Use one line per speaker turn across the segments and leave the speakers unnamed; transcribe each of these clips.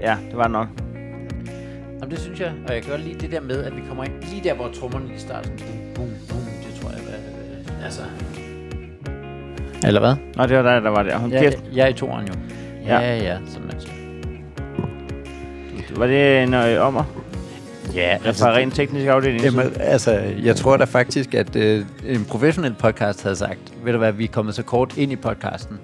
Ja, det var det nok.
Jamen, det synes jeg, og jeg kan godt lide det der med, at vi kommer ind lige der, hvor trommerne lige starter sådan boom, boom, boom. Det tror jeg, hvad, hvad- altså... Eller hvad?
Nå, det var dig, der var der. Hun
Ja,
kæft,
jeg er i toren jo.
Ja.
Ja, ja, ja som man siger.
var det en øh, ommer?
Ja,
Altså, fra rent teknisk afdeling?
Jamen, altså, jeg tror da faktisk, at øh, en professionel podcast havde sagt, ved du hvad, vi er kommet så kort ind i podcasten,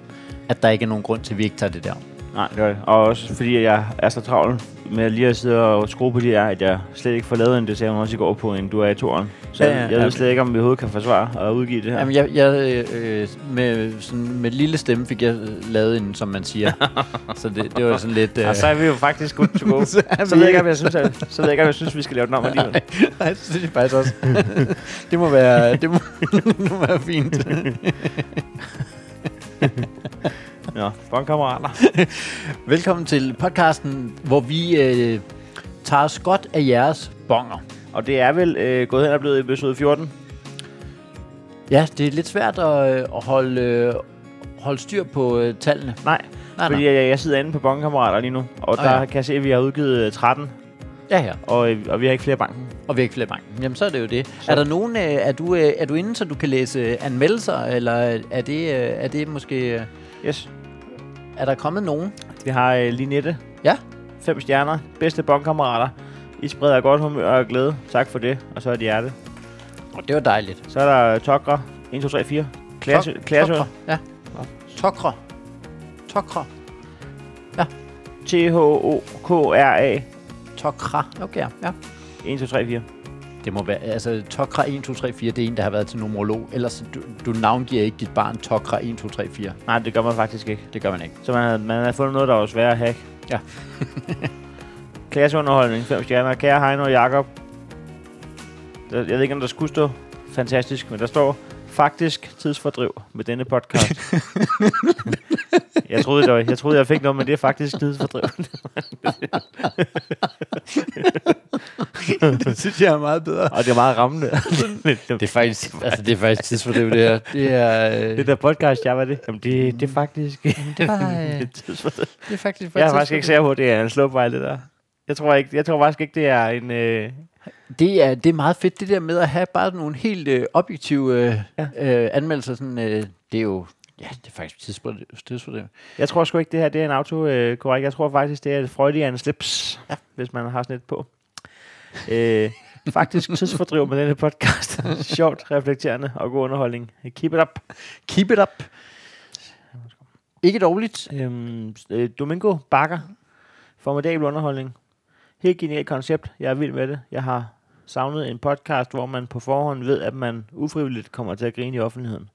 at der ikke er nogen grund til, at vi ikke tager det der.
Nej, det var det. Og også fordi jeg er så travl med lige at sidde og skrue på de her, at jeg slet ikke får lavet en, det sagde hun også i går på en duatoren. Så
Ja,
ja,
ja,
ja, jeg
jamen.
ved slet ikke, om vi overhovedet kan forsvare at udgive det her.
Jamen, jeg, jeg øh, øh, med, sådan, med lille stemme fik jeg øh, lavet en, som man siger. så det, det var sådan lidt... Øh,
Og så er vi jo faktisk good to go. så,
er
så,
vi-
ved jeg ikke, om jeg synes, at, så ved jeg ikke, om jeg synes, vi skal lave den om alligevel.
Nej, det synes jeg faktisk også. det må være, det må, det må være fint.
Nå, bon kammerater.
Velkommen til podcasten, hvor vi øh, tager os godt af jeres bonger.
Og det er vel øh, gået hen og blevet episode 14.
Ja, det er lidt svært at, øh, at holde, øh, holde styr på øh, tallene.
Nej,
Nej,
fordi
Ah, nej.
jeg, jeg sidder inde på bon kammerater lige nu, og
Nå,
der
ja.
kan jeg se, at vi har udgivet øh, 13,
Ja, ja.
og, øh, og vi har ikke flere i banken.
Og vi har ikke flere i banken. Jamen, så er det jo det. Er der nogen, øh, er du, øh, er du inde, så du kan læse øh, anmeldelser, eller er det, øh, er det måske, øh,
Yes.
er der kommet nogen?
Vi har øh, Linette.
Ja.
Fem stjerner. Bedste bonkammerater. I spreder godt humør og glæde. Tak for det. Og så er det hjerte.
Det var dejligt.
Så er der øh, Tokra. 1, 2, 3, 4. Klasse,
Tok-
klasse.
Tokra. Ja. Tokra. Tokra.
T-H-O-K-R-A.
Tokra. Okay, ja, ja.
1, 2, 3, 4.
Det må være, altså Tokra 1, 2, 3, 4, det er en, der har været til numerolog. Ellers, du, du navngiver ikke dit barn Tokra 1, 2, 3, 4.
Nej, det gør man faktisk ikke.
Det gør man ikke.
Så man havde, man havde fundet noget, der var svært at hacke.
Ja.
Klasseunderholdning. 5 stjerner. Kære Heino og Jakob. Der- Jeg ved ikke, om der skulle stå fantastisk, men der står faktisk tidsfordriv med denne podcast. jeg, troede, det var, jeg troede, jeg fik noget, men det er faktisk tidsfordriv.
det synes jeg er meget bedre.
Og det er meget rammende. det, det,
Det er faktisk, altså, det er faktisk tidsfordriv, det her. Det er, øh,
det der podcast, jeg var det. Jamen, det, det er faktisk...
det var, øh,
det er tidsfordriv.
det er faktisk
jeg er faktisk ikke sikker på, at det er en slowbejl, det der. Jeg tror, ikke, jeg tror faktisk ikke, det er en... Øh,
Det er, det er meget fedt, det der med at have bare nogle helt øh, objektive øh, ja. øh, anmeldelser. Sådan, øh, det er jo, ja, det er faktisk tidsfordriv. tidsfordriv.
Jeg tror sgu ikke, det her det er en autokorrekt. Jeg tror faktisk, det er et freudian slips, ja. hvis man har sådan et på. Øh, faktisk tidsfordriv med denne podcast. Sjovt, reflekterende og god underholdning. Keep it up.
Keep it up. Ikke dårligt.
Øhm, øh, Domingo Bakker. Formidabel underholdning. Helt genialt koncept. Jeg er vild med det. Jeg har savnet en podcast, hvor man på forhånd ved, at man ufrivilligt kommer til at grine i offentligheden.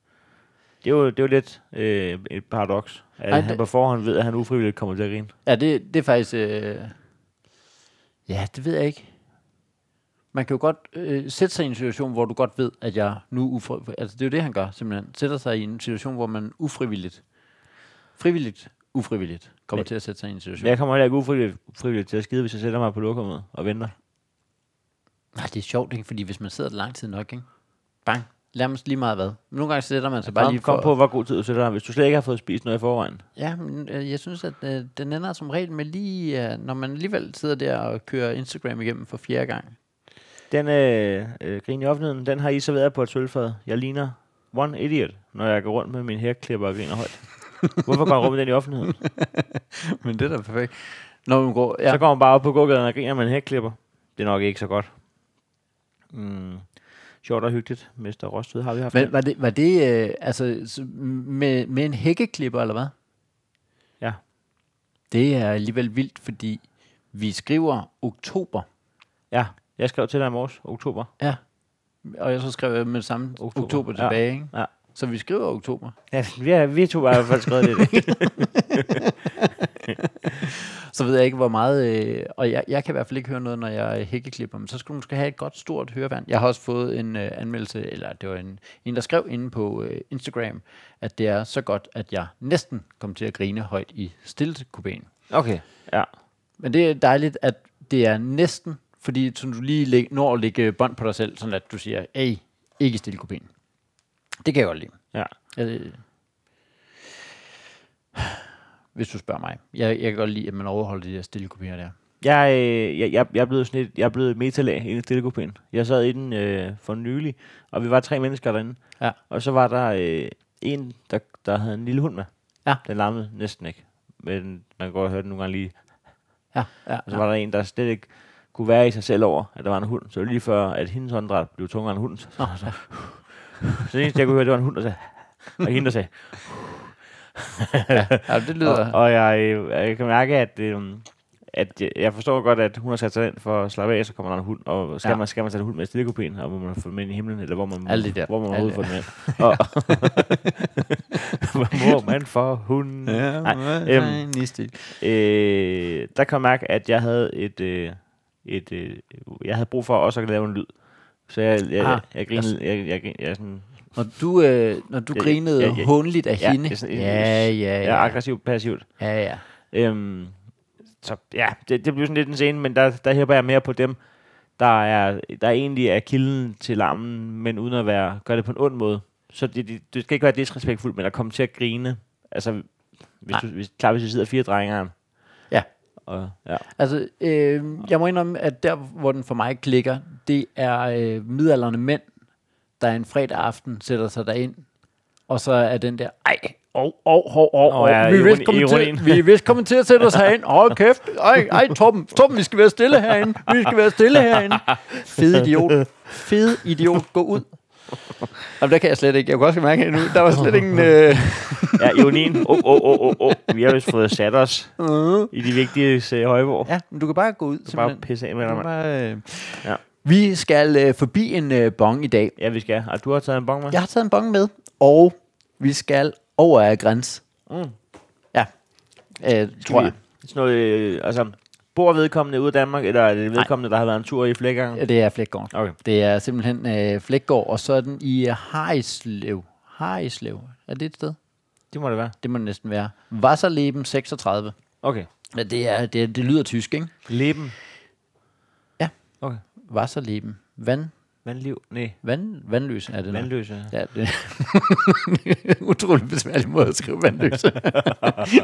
Det er jo, det er jo lidt øh, et paradoks, at
Ej,
Ej, han
det-
på forhånd ved, at han ufrivilligt kommer til at grine.
Ja, det, det er faktisk... Øh, ja, det ved jeg ikke. Man kan jo godt øh, sætte sig i en situation, hvor du godt ved, at jeg nu... Ufri, altså, det er jo det, han gør, simpelthen. Sætter sig i en situation, hvor man ufrivilligt... Frivilligt, ufrivilligt kommer
Men-
til at sætte sig i en situation.
Men jeg kommer heller ikke ufrivilligt frivilligt til at skide, hvis jeg sætter mig på lokummet og venter.
Nej, det er sjovt, ikke? Fordi hvis man sidder der lang tid nok, ikke? Bang. Nærmest lige meget hvad. Men nogle gange sætter man sig bare
Kom,
lige
kom
for...
på, hvor god tid du sætter dig, hvis du slet ikke har fået spist noget i forvejen.
Ja, men øh, jeg synes, at øh, den ender som regel med lige... Øh, når man alligevel sidder der og kører Instagram igennem for fjerde gang.
Den øh, øh, grin i offentligheden, den har I serveret på et sølvfad. Jeg ligner one idiot, når jeg går rundt med min hækklipper og griner højt. Hvorfor går jeg rundt med den i offentligheden?
men det er da perfekt. Når man går...
Ja.
Ja.
Så går man bare op på gågaden og griner med en hækklipper. Det er nok ikke så godt. Mm. Sjovt og hyggeligt, Mester Rostved har vi haft.
Men
Men,
var det, var det øh, altså, s- med, med en hækkeklipper, eller hvad?
Ja.
Det er alligevel vildt, fordi vi skriver oktober,
ja, jeg skrev til dig i morges, oktober.
og jeg så skrev jeg med det samme oktober,
Oktober,
oktober
ja.
tilbage, ikke?
Ja.
Så vi skriver oktober.
Ja, vi, er, vi to har i hvert fald skrevet det.
Så ved jeg ikke, hvor meget... Øh, og jeg, jeg kan i hvert fald ikke høre noget, når jeg hækkeklipper, men så skulle du skal have et godt stort hørevand. Jeg har også fået en øh, anmeldelse, eller det var en, en, der skrev inde på øh, Instagram, at det er så godt, at jeg næsten kom til at grine højt i stillekupéen.
Okay. Ja.
Men det er dejligt, at det er næsten, fordi sådan, du lige læg, når at lægge bånd på dig selv, sådan at du siger, hey, ikke stille kopien. Det kan jeg godt lide.
Ja.
Øh. hvis du spørger mig. Jeg, jeg kan godt lide, at man overholder de der stille kopier der.
Jeg, øh, jeg, jeg, jeg er blevet sådan et, jeg er blevet metalag i en stillekopæn. Jeg sad i den øh, for nylig, og vi var tre mennesker derinde.
Ja.
Og så var der øh, en, der, der havde en lille hund med.
Ja.
Den larmede næsten ikke. Men man kan godt høre den nogle gange lige.
Ja, ja,
Og så
ja.
var der en, der slet ikke kunne være i sig selv over, at der var en hund. Så det var lige før, at hendes hånddrag blev tungere end hundens. Så, så, så det eneste, jeg kunne høre, det var en hund, der sagde. Og hende, der sagde.
ja det lyder...
Og, og jeg, øh, jeg kan mærke, at, øh, at jeg, jeg forstår godt, at hun har sat sig ind for at slappe af, så kommer der en hund. Og skal,
Ja.
ja. man, skal man sætte en hund med i stillekopien, og hvor man får den ind i himlen, eller hvor man,
Alt det der.
Hvor man
Alt
overhovedet får den ind. Og, hvor man får hunden.
Ja,
Nej,
øhm,
Øh, der kan jeg mærke, at jeg havde et, øh, et øh, jeg havde brug for også at lave en lyd. Så jeg, jeg,
Ah,
ah, jeg, grinede, jeg, jeg, jeg, jeg, jeg sådan,
Når du, øh, når du
Ja,
grinede
ja,
ja,
ja.
håndligt af
Ja,
hende.
det er sådan en-
ja,
jeg
ja,
er
ja.
aggressivt passivt.
ja, ja.
Øhm, så ja, det, det blev sådan lidt en scene, men der, der hæber jeg mere på dem, der, er, der egentlig er kilden til larmen, men uden at være, gøre det på en ond måde. Så det, det, det skal ikke være disrespektfuldt, men at komme til at grine. Altså, hvis
Nej.
du, hvis, klar, hvis vi sidder fire drenge
Ja.
Og, ja.
Altså, øh, jeg må indrømme, at der, hvor den for mig klikker, det er øh, midalderne mænd, der en fredag aften sætter sig derind, og så er den der, ej, og, og, og, og,
Nå,
og,
ja,
vi er vist
ironi-
kommet til,
ironien."
vi er vist kommet til at sætte os herind, åh, oh, kæft, ej, ej, Torben, Torben, vi skal være stille herinde, vi skal være stille herinde. Fed idiot, fed idiot, gå ud. Jamen, der kan jeg slet ikke, jeg kunne også mærke det nu, der var slet ingen, øh,
Ja, Ionin, oh, oh, oh, oh, oh. vi har vist fået sat os i de vigtigste øh, højborg. Ja,
ja, men du kan bare gå ud,
bare
simpelthen.
pisse af med dig, mand.
Bare, øh. ja.
Ja.
Vi skal øh, forbi en øh, bong i dag.
Ja, vi skal. Og du har taget en bong med?
Jeg har taget en bong med, og vi skal over af græns.
Mm.
Ja, øh, tror jeg.
Sådan noget, øh, altså, bor vedkommende ude i Danmark, eller er det vedkommende, der har været en tur i flere gange?
Ja, det er Flækgaard.
Okay.
Det er simpelthen øh, Flækgaard, og så er den i øh, Harislev. Harislev, er det et sted?
Det må det være.
Det må det næsten være. Wasserleben 36.
Okay.
Ja, det, er, det, er, det lyder tysk, ikke?
Leben.
Ja.
Okay.
Wasserleben. Vand,
Vandliv. Nej.
vand, vandløs er det nok.
Vandløse.
Ja, det er en utrolig besværlig måde at skrive vandløse.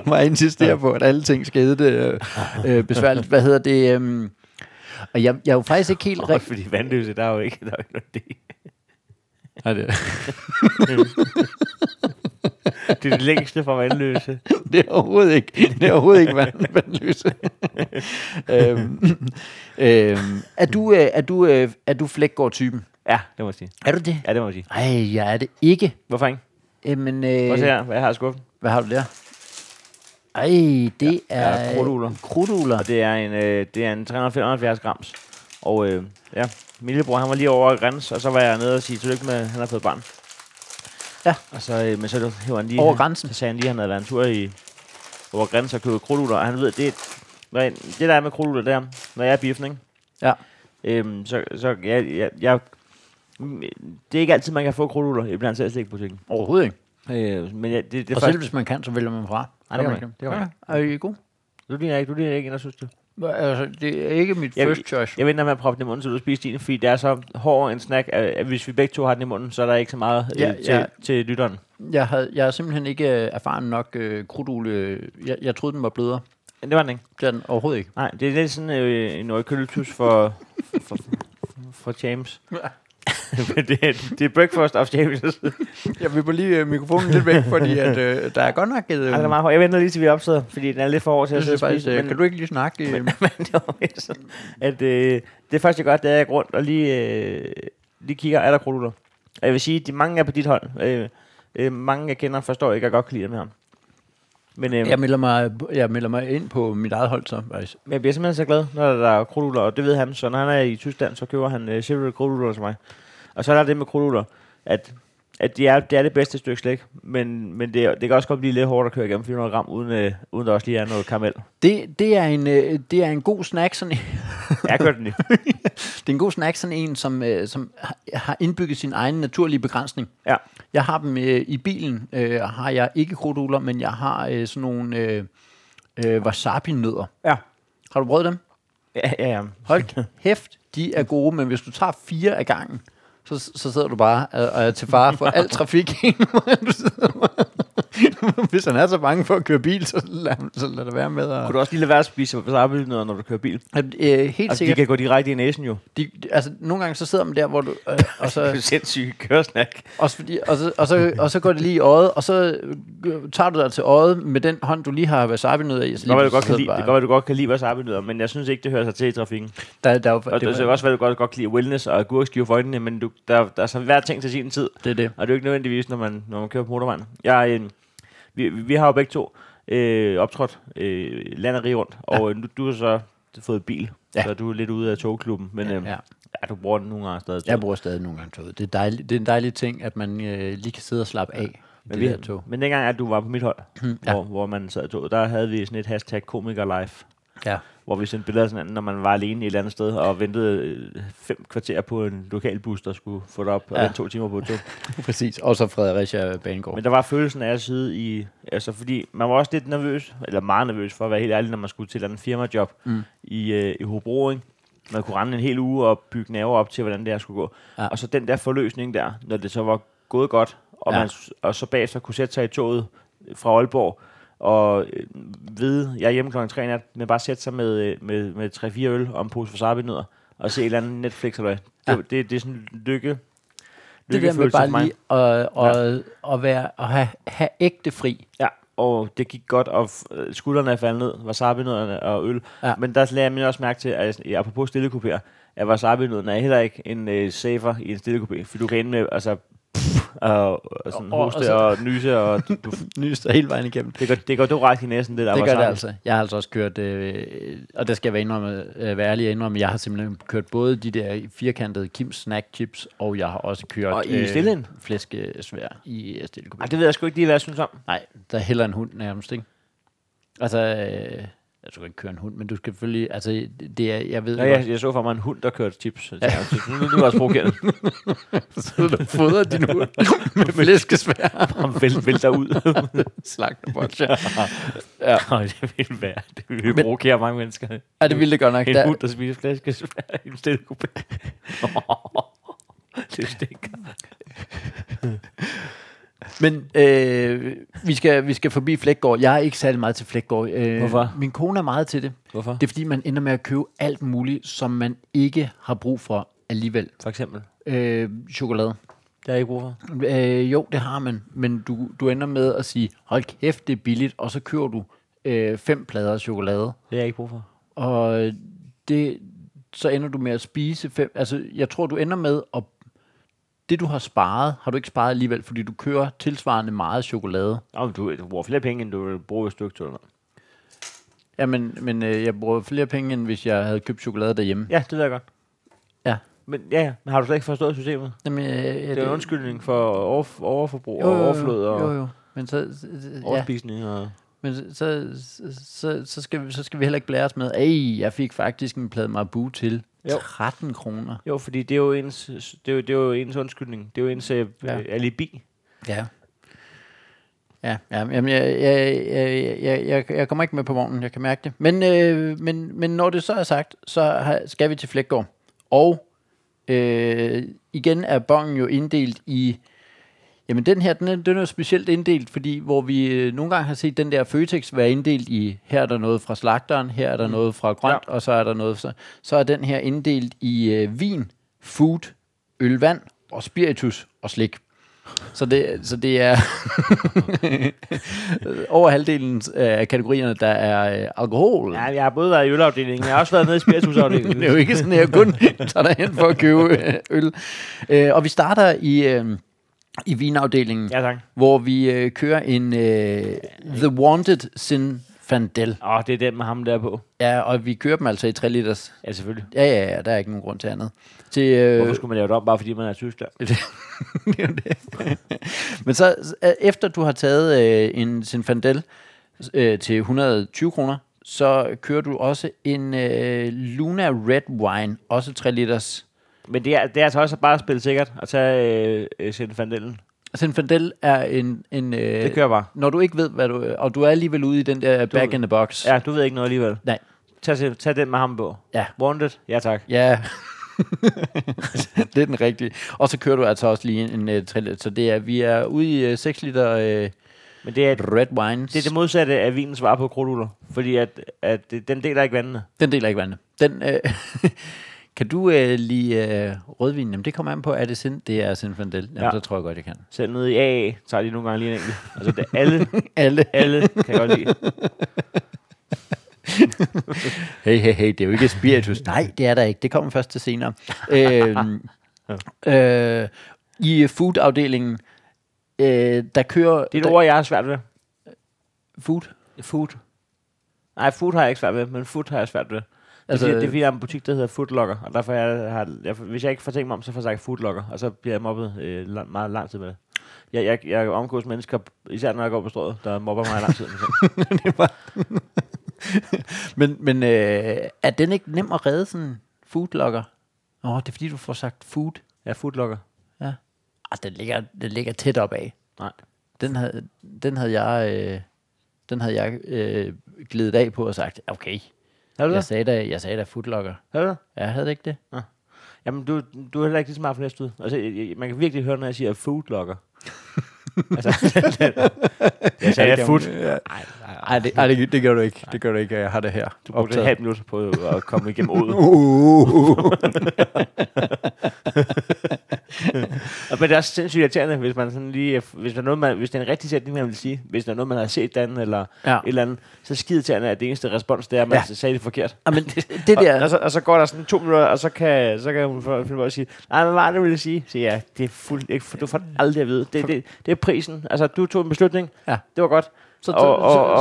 Må jeg insistere på, at alle ting skal hedde det øh, øh, besværligt. Hvad hedder det? øhm, og jeg, jeg er jo faktisk ikke helt
Også
rigtig...
fordi vandløse, der er jo ikke, der er jo ikke noget det.
Nej, det,
Det er det længste fra vandløse.
det er overhovedet ikke, det er overhovedet ikke vand, vandløse. øhm, øhm, er du, øh, er du, øh, er du flækgård-typen?
Ja, det må jeg sige.
Er du det?
Ja, det må jeg sige.
Nej, jeg er det ikke.
Hvorfor ikke?
Jamen,
Prøv at se
øh,
her, hvad jeg har i skuffen.
hvad har du der? Ej, det ja, er...
ja, krudtugler.
Krudtugler.
Og det er en, øh, det er en 375 grams. Og øh, ja, min lillebror, han var lige over grænse, og så var jeg nede og sige tillykke med, at han har fået barn.
Ja.
Og så, øh, men så hæver han lige...
Over grænsen.
Så sagde han lige, at han havde været en tur i, over grænsen og købet krudtugler, og han ved, det, når jeg, det der er med krudtugler, der, når jeg er biffen, ikke?
Ja.
Øhm, så, så jeg, jeg, jeg, det er ikke altid, man kan få krudtugler i blandt selv slikbutikken.
Overhovedet ikke.
Øh, men jeg, det, det er
Og selv
faktisk...
hvis man kan, så vælger man fra.
Nej, det kan man ikke. Det kan man
Er I gode?
Du ligner ikke, du ligner ikke, jeg synes du.
Altså, det er ikke mit
Jeg-
first choice.
Jeg venter med at proppe den i munden, så du spiser din, fordi det er så hård en snack, at at hvis vi begge to har den i munden, så er der ikke så meget øh,
Ja,
ja, til,
ja.
ja. til lytteren.
Jeg, havde, jeg er simpelthen ikke øh, erfaren nok øh, krudule. Jeg, jeg troede, den var blødere.
Men det var den ikke.
Det er den overhovedet ikke.
Nej, det er lidt sådan øh, en øjekølletus for, for, for James. Men det, er- det er breakfast of James. Ej,
Jeg vipper lige øh, mikrofonen lidt væk, fordi at, øh, der er godt nok et... Øh,
det er meget hård. Jeg venter lige til vi opsidder, fordi den er lidt for hård til at
jeg
sidde og
synes faktisk,
spise.
øh, kan
Men,
du ikke lige snakke? Øh,
men det var mere sådan, at øh, det første jeg gør, det er at jeg går rundt og lige, øh, lige kigger, er der krudtutter? Og jeg vil sige, de mange er på dit hold. Øh, øh, mange jeg kender forstår ikke, at jeg godt kan lide dem her. Men, øh,
jeg, melder mig, jeg melder mig ind på mit eget hold, så faktisk.
Men jeg bliver simpelthen så glad, når der er krudtudler, og det ved han. Så når han er i Tyskland, så køber han øh, separate krudtudler til mig. Og så er der det med krudtudler, at, at det, er, det er det bedste stykke slik, men, men det, er- det kan også godt blive lidt hårdt at køre igennem 400 gram, uden, øh, uden der også lige er noget karamel.
Det, det, er en, øh, det er en god snack, sådan
Jeg kører den lige.
Det er en god snack, sådan en, som, øh, som har- har indbygget sin egen naturlige begrænsning.
Ja.
Jeg har dem øh, i bilen, øh, har jeg ikke krudtugler, men jeg har øh, sådan nogle øh, øh, wasabi-nødder.
Ja.
Har du prøvet dem?
Ja, ja, ja.
Hold hæft, de er gode, men hvis du tager fire af gangen, øh, så, så sidder du bare og, og er til fare for al trafik. du sidder bare- Hvis han er så bange for at køre bil, så lad, så lad det være med at...
Kunne du også lige lade være at spise wasabi, når, når du kører bil?
At, øh, helt
Altså, de
sikkert.
kan gå direkte i næsen jo.
De, de, altså, nogle gange så sidder man der, hvor du... Øh, og
Det er
så,
jo sindssygt køresnak.
også fordi, og, så, og, så, og så går det lige i øjet, og så øh, tager du dig til øjet med den hånd, du lige har wasabi nød i. Så
Det kan godt, være,
lige pludselig
du godt kan lide, det kan godt,
sidder
være, du godt kan lide wasabi-nødder, men jeg synes ikke, det hører sig til i trafikken.
der, der, er jo-
Og det,
det,
det, kan
det,
også være, du godt, godt kan lide wellness og agurkskiver for øjnene, men du, der, der er så hver ting til sin tid.
det er det.
Og det er jo ikke nødvendigvis, når man, når man kører på motorvejen. Jeg, øh, vi, vi har jo begge to øh, optrådt øh, land og rig rundt, og ja. nu, du har så fået bil,
Ja.
ja. så du er lidt ude af togklubben, men øh, ja.
Ja.
Ja, du bruger den nogle gange stadig.
Jeg bruger stadig nogle gange toget. Det er, dejlig, det er en dejlig ting, at man øh, lige kan sidde og slappe af i
men,
det der tog.
men dengang, at du var på mit hold,
ja.
ja. hvor, hvor man sad i toget, der havde vi sådan et hashtag komikerlife,
Ja.
hvor vi sendte billeder af hinanden, når man var alene et eller andet sted, og ventede øh, fem kvarter på en lokalbus, der skulle få dig op, og
Ja.
ja. to timer på et tog.
Præcis. Og så Fredericia Banegård.
Men der var følelsen af at sidde i... Altså, fordi man var også lidt nervøs, eller meget nervøs for at være helt ærlig, når man skulle til et eller andet firmajob
Mm.
mm. i, øh, i Hobro, ikke? Man kunne rende en hel uge og bygge nerver op til, hvordan det her skulle gå.
Ja.
Ja. Og så den der forløsning der, når det så var gået godt, og,
Ja.
ja. man, s- og så bagefter kunne sætte sig i toget fra Aalborg, og øh, vide, jeg er hjemme klokken 3 i nat, men bare sætte sig med, øh, med, med 3-4 øl og en pose wasabi nødder og se et eller andet Netflix eller hvad.
Ja.
Ja. Det, det, det er sådan en lykke,
det der med
lykkefølelse for mig.
bare lige at, og, og være, og have, have ægte fri.
Ja, og det gik godt, og f- øh, skuldrene er faldet ned, wasabi-nødderne og øl.
Ja.
Ja. Men der lagde jeg mig også mærke til, at jeg- apropos stillekupéer, at wasabi-nødderne er heller ikke en uh, safer i en stillekupé, for du kan ende med, altså, pff, og, og sådan
Og- og-
og, hoste
og
og,
så-
nyse, og du, du,
Nyster hele vejen igennem.
det, går, det går direkte i næsen, det der
Det gør
wasabi.
det altså. Jeg har altså også kørt, øh, og det skal jeg være, indrømme, øh, være ærlig at indrømme, jeg har simpelthen kørt både de der firkantede Kims Snack Chips, og jeg har også kørt øh,
Og i stilheden?
flæskesvær i stille
Ej, det ved jeg sgu ikke lige, hvad jeg synes om.
Nej, der er heller en hund nærmest, ikke? Altså, øh, jeg tror ikke køre en hund, men du skal selvfølgelig, altså, det- det er, jeg ved
Ja,
det
jeg, jeg så for mig en hund, der kørte chips. Så tænkte jeg, "Nu- nu er du også provokeret.
godt. Så du fodrer din hund med flæskesvær.
Han vælt, vælter ud.
Slagter bolcher.
ja. det ville være. Det ville
Men-
provokere mange mennesker.
Ja, det ville det godt nok.
En
Der-
hund, der spiser flæskesvær i en stille kupé. det stinker.
Men øh, vi, skal, vi skal forbi Flækgaard. Jeg er ikke særlig meget til Flækgaard. Øh,
Hvorfor?
Min kone er meget til det.
Hvorfor?
Det er fordi, man ender med at købe alt muligt, som man ikke har brug for alligevel.
For eksempel.
Øh, chokolade.
Det har jeg ikke brug for.
Øh, jo, det har man, men du, du ender med at sige, hold kæft, det er billigt, og så kører du øh, fem plader af chokolade,
Det har jeg ikke brug for.
og øh, det, så ender du med at spise fem, altså jeg tror, du ender med at, det du har sparet, har du ikke sparet alligevel, fordi du kører tilsvarende meget chokolade.
Nå, men du, du bruger flere penge, end du vil bruge et stykke chokolade.
Ja, men, men øh, jeg bruger flere penge, end hvis jeg havde købt chokolade derhjemme.
Ja, det ved jeg godt.
Ja.
Men ja, ja, men har du slet ikke forstået systemet?
Jamen, øh, ja,
Det er en undskyldning for overf- overforbrug
Jo, jo,
og
jo,
overflod og
Jo, jo, men så, så- ja.
overspisning. Og...
Men så, så, så, så, skal, vi, så skal vi heller ikke blære os med, ej, jeg fik faktisk en plade marabu til
Jo.
13 kroner.
Jo, fordi det er jo, ens, det, er jo, det er jo ens undskyldning. Det er jo ens øh,
Ja.
ja. alibi.
Ja. Ja, ja jamen, jeg, jeg, jeg, jeg, jeg, jeg kommer ikke med på vognen, jeg kan mærke det. Men, øh, men, men når det så er sagt, så har, skal vi til Flækgaard. Og øh, igen er bongen jo inddelt i... Jamen den her, den er, den er jo specielt inddelt, fordi hvor vi øh, nogle gange har set den der Føtex være inddelt i, her er der noget fra slagteren, her er der mm. noget fra grønt, ja. og så er der noget, så, så er den her inddelt i øh, vin, food, øl, vand og spiritus og slik. Så det, så det er over halvdelen øh, af kategorierne, der er øh, alkohol.
Ja, jeg har både været i ølafdelingen, jeg har også været nede i spiritusafdelingen.
Det er jo ikke sådan, at jeg kun tager derhen for at købe øh, øl. Øh, og vi starter i, øh, i vinafdelingen, ja.
ja, tak.
hvor vi øh, kører en øh, The Wanted Sinfandel.
Åh, det er den med ham der på.
Ja, og vi kører dem altså i 3 liters.
Ja, selvfølgelig.
Ja, ja, ja, der er ikke nogen grund til andet. Til, øh,
Hvorfor skulle man lave det om, bare fordi man er i Tyskland?
Det er jo det. Men så øh, efter du har taget øh, en Sinfandel øh, til 120 kroner, så kører du også en øh, Luna Red Wine, også 3 liters.
Men det er, det er altså også bare at spille sikkert og tage øh, øh, Sinfandelen.
Sinfandel er en... en øh,
Det kører bare.
Når du ikke ved, hvad du... Og du er alligevel ude i den der back in the box.
Ja, du ved ikke noget alligevel.
Nej.
Tag, sin- tag den med ham på.
Ja.
Wanted? Ja, tak.
Ja. det er den rigtige. Og så kører du altså også lige en, en øh, trille. Så det er, vi er ude i øh, 6 liter øh,
Men det er,
Red wines.
det er det modsatte af vinens svar på krudtuller. Fordi at, at det, den deler ikke vandene.
Den deler ikke vandene. Den, øh, kan du øh, lide øh, rødvin? Jamen, det kommer an på, er det sind? Det er Sinfandel. Jamen, ja.
Ja.
så tror jeg godt, jeg kan.
Selv nede i AA tager de nogle gange lige en enkelt. Altså det er alle,
Alle.
alle kan jeg godt lide.
Hey, hey, hey, det er jo ikke spiritus. Nej, det er der ikke. Det kommer først til senere. øhm, øh, I food-afdelingen, øh, der kører...
Det er et
der,
ord, jeg har svært ved.
Food? Food.
Nej, food har jeg ikke svært ved, men food har jeg svært ved. Altså,
Altså,
det, er, fordi- det er fordi, der er en butik, der hedder Foodlocker, og derfor jeg har, jeg, hvis jeg ikke får tænkt mig om, så får jeg sagt Foodlocker, og så bliver jeg mobbet øh, lang, meget lang tid med det. Jeg, jeg, jeg omgås mennesker, især når jeg går på strået, der mobber mig i lang tid.
men men øh, er den ikke nem at redde, sådan en foodlogger? Åh, oh, det er fordi, du får sagt food.
Ja, Foodlocker.
Ja. Ah, den ligger, den ligger tæt op af.
Nej.
Den havde, den havde jeg, øh, den havde jeg øh, glidet af på og sagt, okay,
Har du
jeg
det?
sagde da, jeg sagde da foodlogger.
Har du det?
Ja, havde det ikke det?
Jamen, du, du er heller ikke lige så meget fornæst ud. Altså, jeg, jeg, man kan virkelig høre, når jeg siger Foodlocker. altså, jeg sagde, jeg er food.
Nej, nej, det, ej, det, det gør du ikke. Det gør du ikke, og jeg har det her.
Du brugte et halvt minut på at komme igennem ud.
Uh.
Og, men det er også sindssygt irriterende, hvis man sådan lige, hvis der er noget, man, hvis det er en rigtig sætning, man vil sige, hvis der er noget, man har set den eller
Ja.
ja. et eller andet, så skide irriterende, at det eneste respons, det er, at man
Ja.
ja. sagde det forkert.
Ah, men det, det
Og,
der,
og, så, og, så, går der sådan to minutter, og så kan, så kan hun for, finde på at sige, nej, hvad var det, du ville sige? Så ja, det er fuld, ikke, for, du får det aldrig at vide. Det, det, det er prisen. Altså, du tog en beslutning.
Ja.
Det var godt.
så, så, så,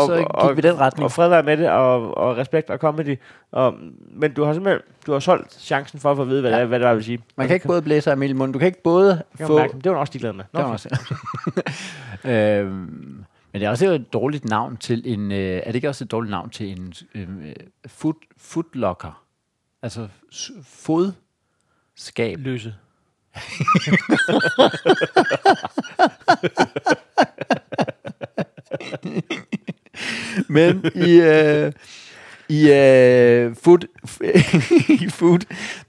så
og-
gik vi den retning.
Og fred være med det, og, og respekt og comedy. Og, men du har simpelthen du har solgt chancen for at få at vide, hvad,
Ja.
ja. det, er- hvad det var, jeg ville sige.
Man kan ikke både blæse og Emil i munden. Du kan ikke både
Det
få...
var hun også ligeglad med. Nå,
Det var også. øhm, men det er også et dårligt navn til en... Øh, er det ikke også et dårligt navn til en øh, foot, footlocker? Altså s- fodskab.
løse.
Men i, øh, i, øh, food, i food,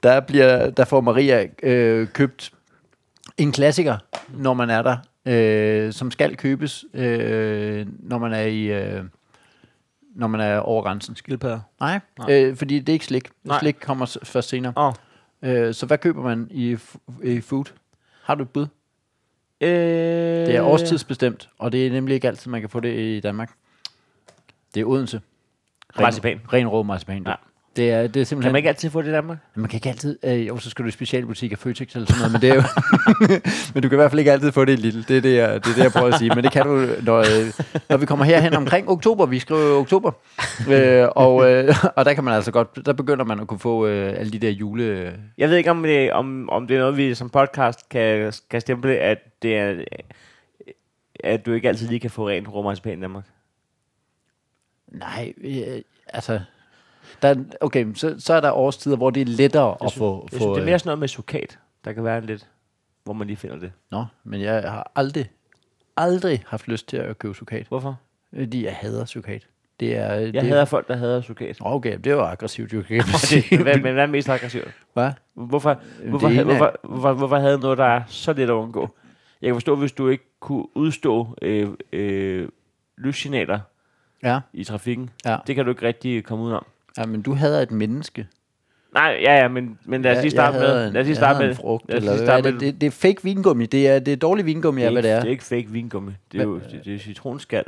der, bliver, der får Maria øh, købt en klassiker, når man er der, øh, som skal købes, øh, når man er i... Øh, når man er over grænsen.
Skildpadder.
Nej,
Nej.
Øh, fordi det er ikke slik. Nej.
Nej.
Slik kommer s- først senere.
Åh.
Øh, så hvad køber man i, f- i food? Har du et bud?
Øh,
Det er årstidsbestemt, og det er nemlig ikke altid, man kan få det i Danmark. Det er Odense.
Marcipan.
Ren rå marcipan. Ja.
Ja.
Det er, det er
Kan
simpelthen...
man ikke altid få det i Danmark?
man kan ikke altid... Øh, jo, så skal du i specialbutik af Føtex eller sådan noget, men det er jo... men du kan i hvert fald ikke altid få det i Lille. Det er det, jeg, det, er det, jeg prøver at sige. Men det kan du, når, øh, når vi kommer herhen omkring oktober. Vi skriver jo oktober. Øh, og, øh, og der kan man altså godt... Der begynder man at kunne få øh, alle de der jule... Øh,
Jeg ved ikke, om det, om, om det er noget, vi som podcast kan, kan stemple, at det er at du ikke altid lige kan få rent romarcipan i Danmark.
Nej, øh, altså... Der, er- okay, så, så er der årstider, hvor det er lettere
Jeg
at
synes-
få...
Jeg
få
synes, det er
øh,
mere sådan noget med sukat, der kan være lidt, hvor man lige finder det.
Nå, men jeg har aldrig, aldrig haft lyst til at købe sukat.
Hvorfor?
Fordi Øh, jeg hader sukat. Det er... Jeg det,
Jeg hader folk, der hader sukat.
Nå, Okay, det var aggressivt, jo. Kan jeg
Men
sige.
hvad, men hvad er mest aggressivt?
Hvad?
Hvorfor, hvorfor,
ene er-
hvorfor, hvorfor, hvorfor, hvorfor havde noget, der er så let at undgå? Jeg kan forstå, hvis du ikke kunne udstå øh, øh, lyssignaler
Ja,
i trafikken.
Ja.
Det kan du ikke rigtig komme udenom.
ja, men du hader et menneske.
Nej, ja, ja, men, men lad os
Jeg-
lige starte
jeg hader
med.
en-
Lad os lige
jeg
starte
hader
med.
en frugt,
lad os
eller
lige
hvad
starte
er det?
med-
Det, det er fake vingummi. Det er, det er dårlig vingummi, ja,
ikke,
hvad det er.
det er ikke fake vingummi. Det er jo det, det er citronskal.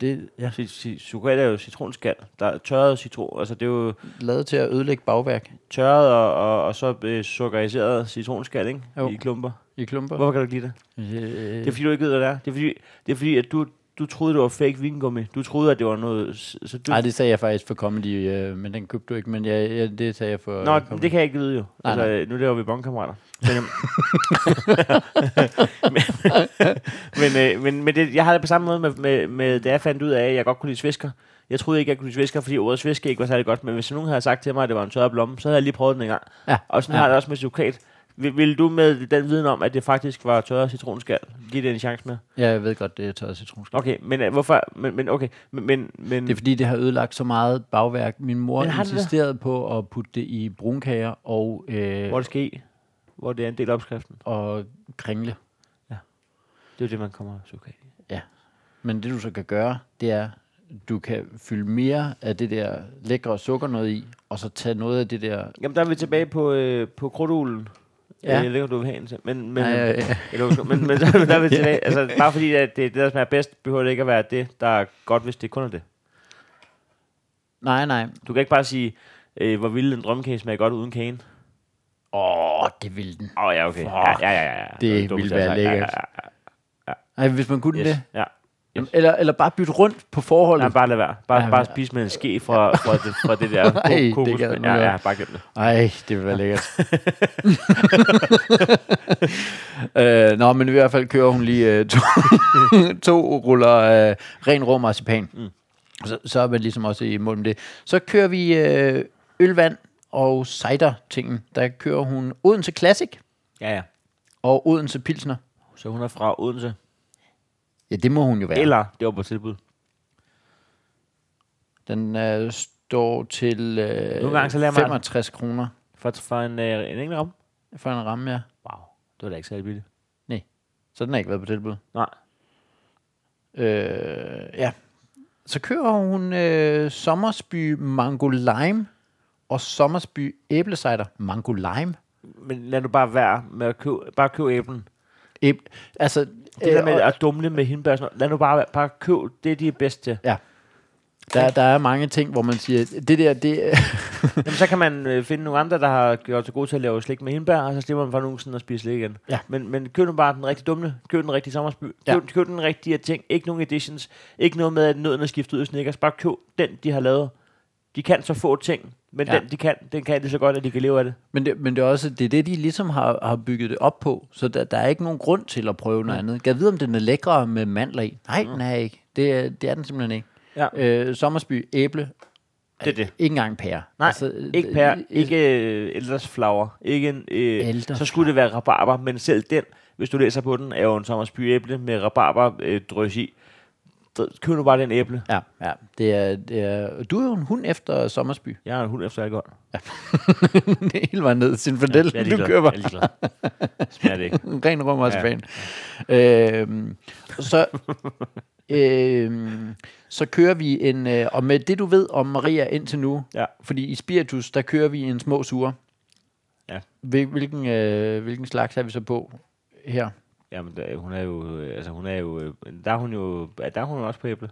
Det er
Ci- ci- Sukat er jo citronskal. Der er tørret citron. Altså, det er jo
lavet til at ødelægge bagværk
tørret og, og, og så øh, sukkeriseret citronskal, ikke?
Jo.
I klumper.
i klumper.
Hvorfor kan du ikke lide det?
Øh,
Det er fordi, du ikke ved, hvad det er. Det er fordi, det er fordi at du, du troede, det var fake vingummi. Du troede, at det var noget... s- Så du,
Nej, det sagde jeg faktisk for comedy, øh, men den købte du ikke, men jeg, jeg, det sagde jeg for
Nå,
comedy.
det kan jeg ikke vide jo.
Nej,
altså,
nej.
nu laver vi bondkammerater. Men, øhm, men, øh, men, men det, jeg har det på samme måde med, med, med, da jeg fandt ud af, at jeg godt kunne lide svisker. Jeg troede ikke, jeg kunne lide svisker, fordi ordet sviske ikke var særlig godt. Men hvis nogen havde sagt til mig, at det var en tørret blomme, så havde jeg lige prøvet den en gang.
Ja,
Og sådan
ja.
ja. har jeg det også med sukat. Vil, vil du med den viden om, at det faktisk var tørret citronskal, give det en chance med?
Ja, jeg ved godt, det er tørret citronskal.
Okay, men øh, hvorfor? Men, men okay, men... men, men
Det er fordi, det har ødelagt så meget bagværk. Min mor
Men har det det?
insisterede på at putte det i brunkager og, øh,
hvor det skal i, hvor det er en del af opskriften.
og kringle.
Det er jo det, man kommer af sukat.
Ja, Men det du så kan gøre, det er, du kan fylde mere af det der lækre sukker noget i, og så tage noget af det der...
Jamen, der er vi tilbage på, øh, på krudtulen.
Ja.
Ja. Jeg ved ikke, om du vil have en til. Men, men, øh,
Nej, ja, ja.
Eller, undskyld, men, men, der, der er vi tilbage. Altså, bare fordi at det, det, der smager bedst, behøver det ikke at være det, der er godt, hvis det kun er det.
nej, nej.
Du kan ikke bare sige, øh, hvor ville en drømmekage smage godt uden kagen.
Åh, oh, det vil den.
Åh, oh, ja, okay. Ja,
Fuck.
ja, ja, ja.
Det
er dumt,
ville
jeg
være
har sagt. Ja,
lækkert.
ja,
Ej, hvis man kunne yes.
ja.
det.
Yes. Ja.
Jamen, Eller, eller bare bytte rundt på forholdet.
Nej, bare lad være. Bare,
Ja,
bare
men-
spis med en ske fra, fra, det, fra det der
Nej, det
kokos.
gad jeg nu
ja,
godt.
ja, bare glem det.
Ej, det vil være lækkert. øh, nå, men i hvert fald kører hun lige øh, to, to ruller øh, ren rå marcipan. Mm. Så, så er man ligesom også i mål med det. Så kører vi øh, ølvand og cider-tingen. Der kører hun Odense Classic
Ja, ja.
og Odense Pilsner.
Så hun er fra Odense.
Ja, det må hun jo
Ja.
være.
Eller, det var på tilbud.
Den øh, står til øh,
Nogle gange, så lærer man-
65 kroner
For, for en, øh, en enkelt rom.
for en ramme, ja.
Wow, det var da ikke særlig billigt.
Nej, så den har ikke været på tilbud.
Nej.
Øh, ja. Så kører hun øh, Sommersby Mango Lime og Sommersby Æblecider. Mango Lime?
Men lad nu bare være med at købe, bare købe æblen.
Æble, altså, det
Det der med
og,
at dumle med hindbær, og sådan noget, lad nu bare, være- bare købe det, de er bedst til.
der, der er mange ting, hvor man siger, det der, det...
Jamen, så kan man øh, finde nogle andre, der har gjort sig gode til at lave slik med hindbær, og så slipper man for nogen sådan at spise slik igen.
Ja.
Men, men køb nu bare den rigtige dumle, køb den rigtige sommersby,
Ja.
ja. køb, køb, den rigtige ting, ikke nogen editions, ikke noget med, at nøden er skiftet ud i Snickers, bare køb den, de har lavet. De kan så få ting, men
Ja.
ja. den, de kan, den kan de så godt, at de kan leve af det.
men, det, men det er også, det er det, de ligesom har, har bygget det op på, så der, der er ikke nogen grund til at prøve noget andet. Kan jeg vide, om den er lækre med mandler i? Nej,
Mm.
den er ikke. Det, er- det er den simpelthen ikke.
Ja.
Øh, Sommersby Æble, Altså,
Det er det.
ikke engang pære. Altså,
Nej, Ikke pære, ikke Altså, øh, eldersflower, ikke en, øh,
Eldersflower.
så skulle det være rabarber, men selv den, hvis du læser på den, er jo en sommersbyæble med rabarber øh, drøs i. Dr- Køb nu bare den æble.
Ja, ja. Det er, det er, du er jo en hund efter Sommersby.
Jeg er en hund efter alkohol.
det er hele vejen ned til sin fordel. Ja, du kører bare
Jeg er ligeglad. Smager det ikke.
ren rum og ja. øhm, så, øhm, så kører vi en... Øh, og med det, du ved om Maria indtil nu,
Ja.
fordi i Spiritus, der kører vi en små sure.
Ja.
Hvil- Hvilken, øh, hvilken slags har vi så på her?
Jamen, der, hun er jo, øh, altså hun er jo, øh, der er hun jo, er- der er hun jo også på æble.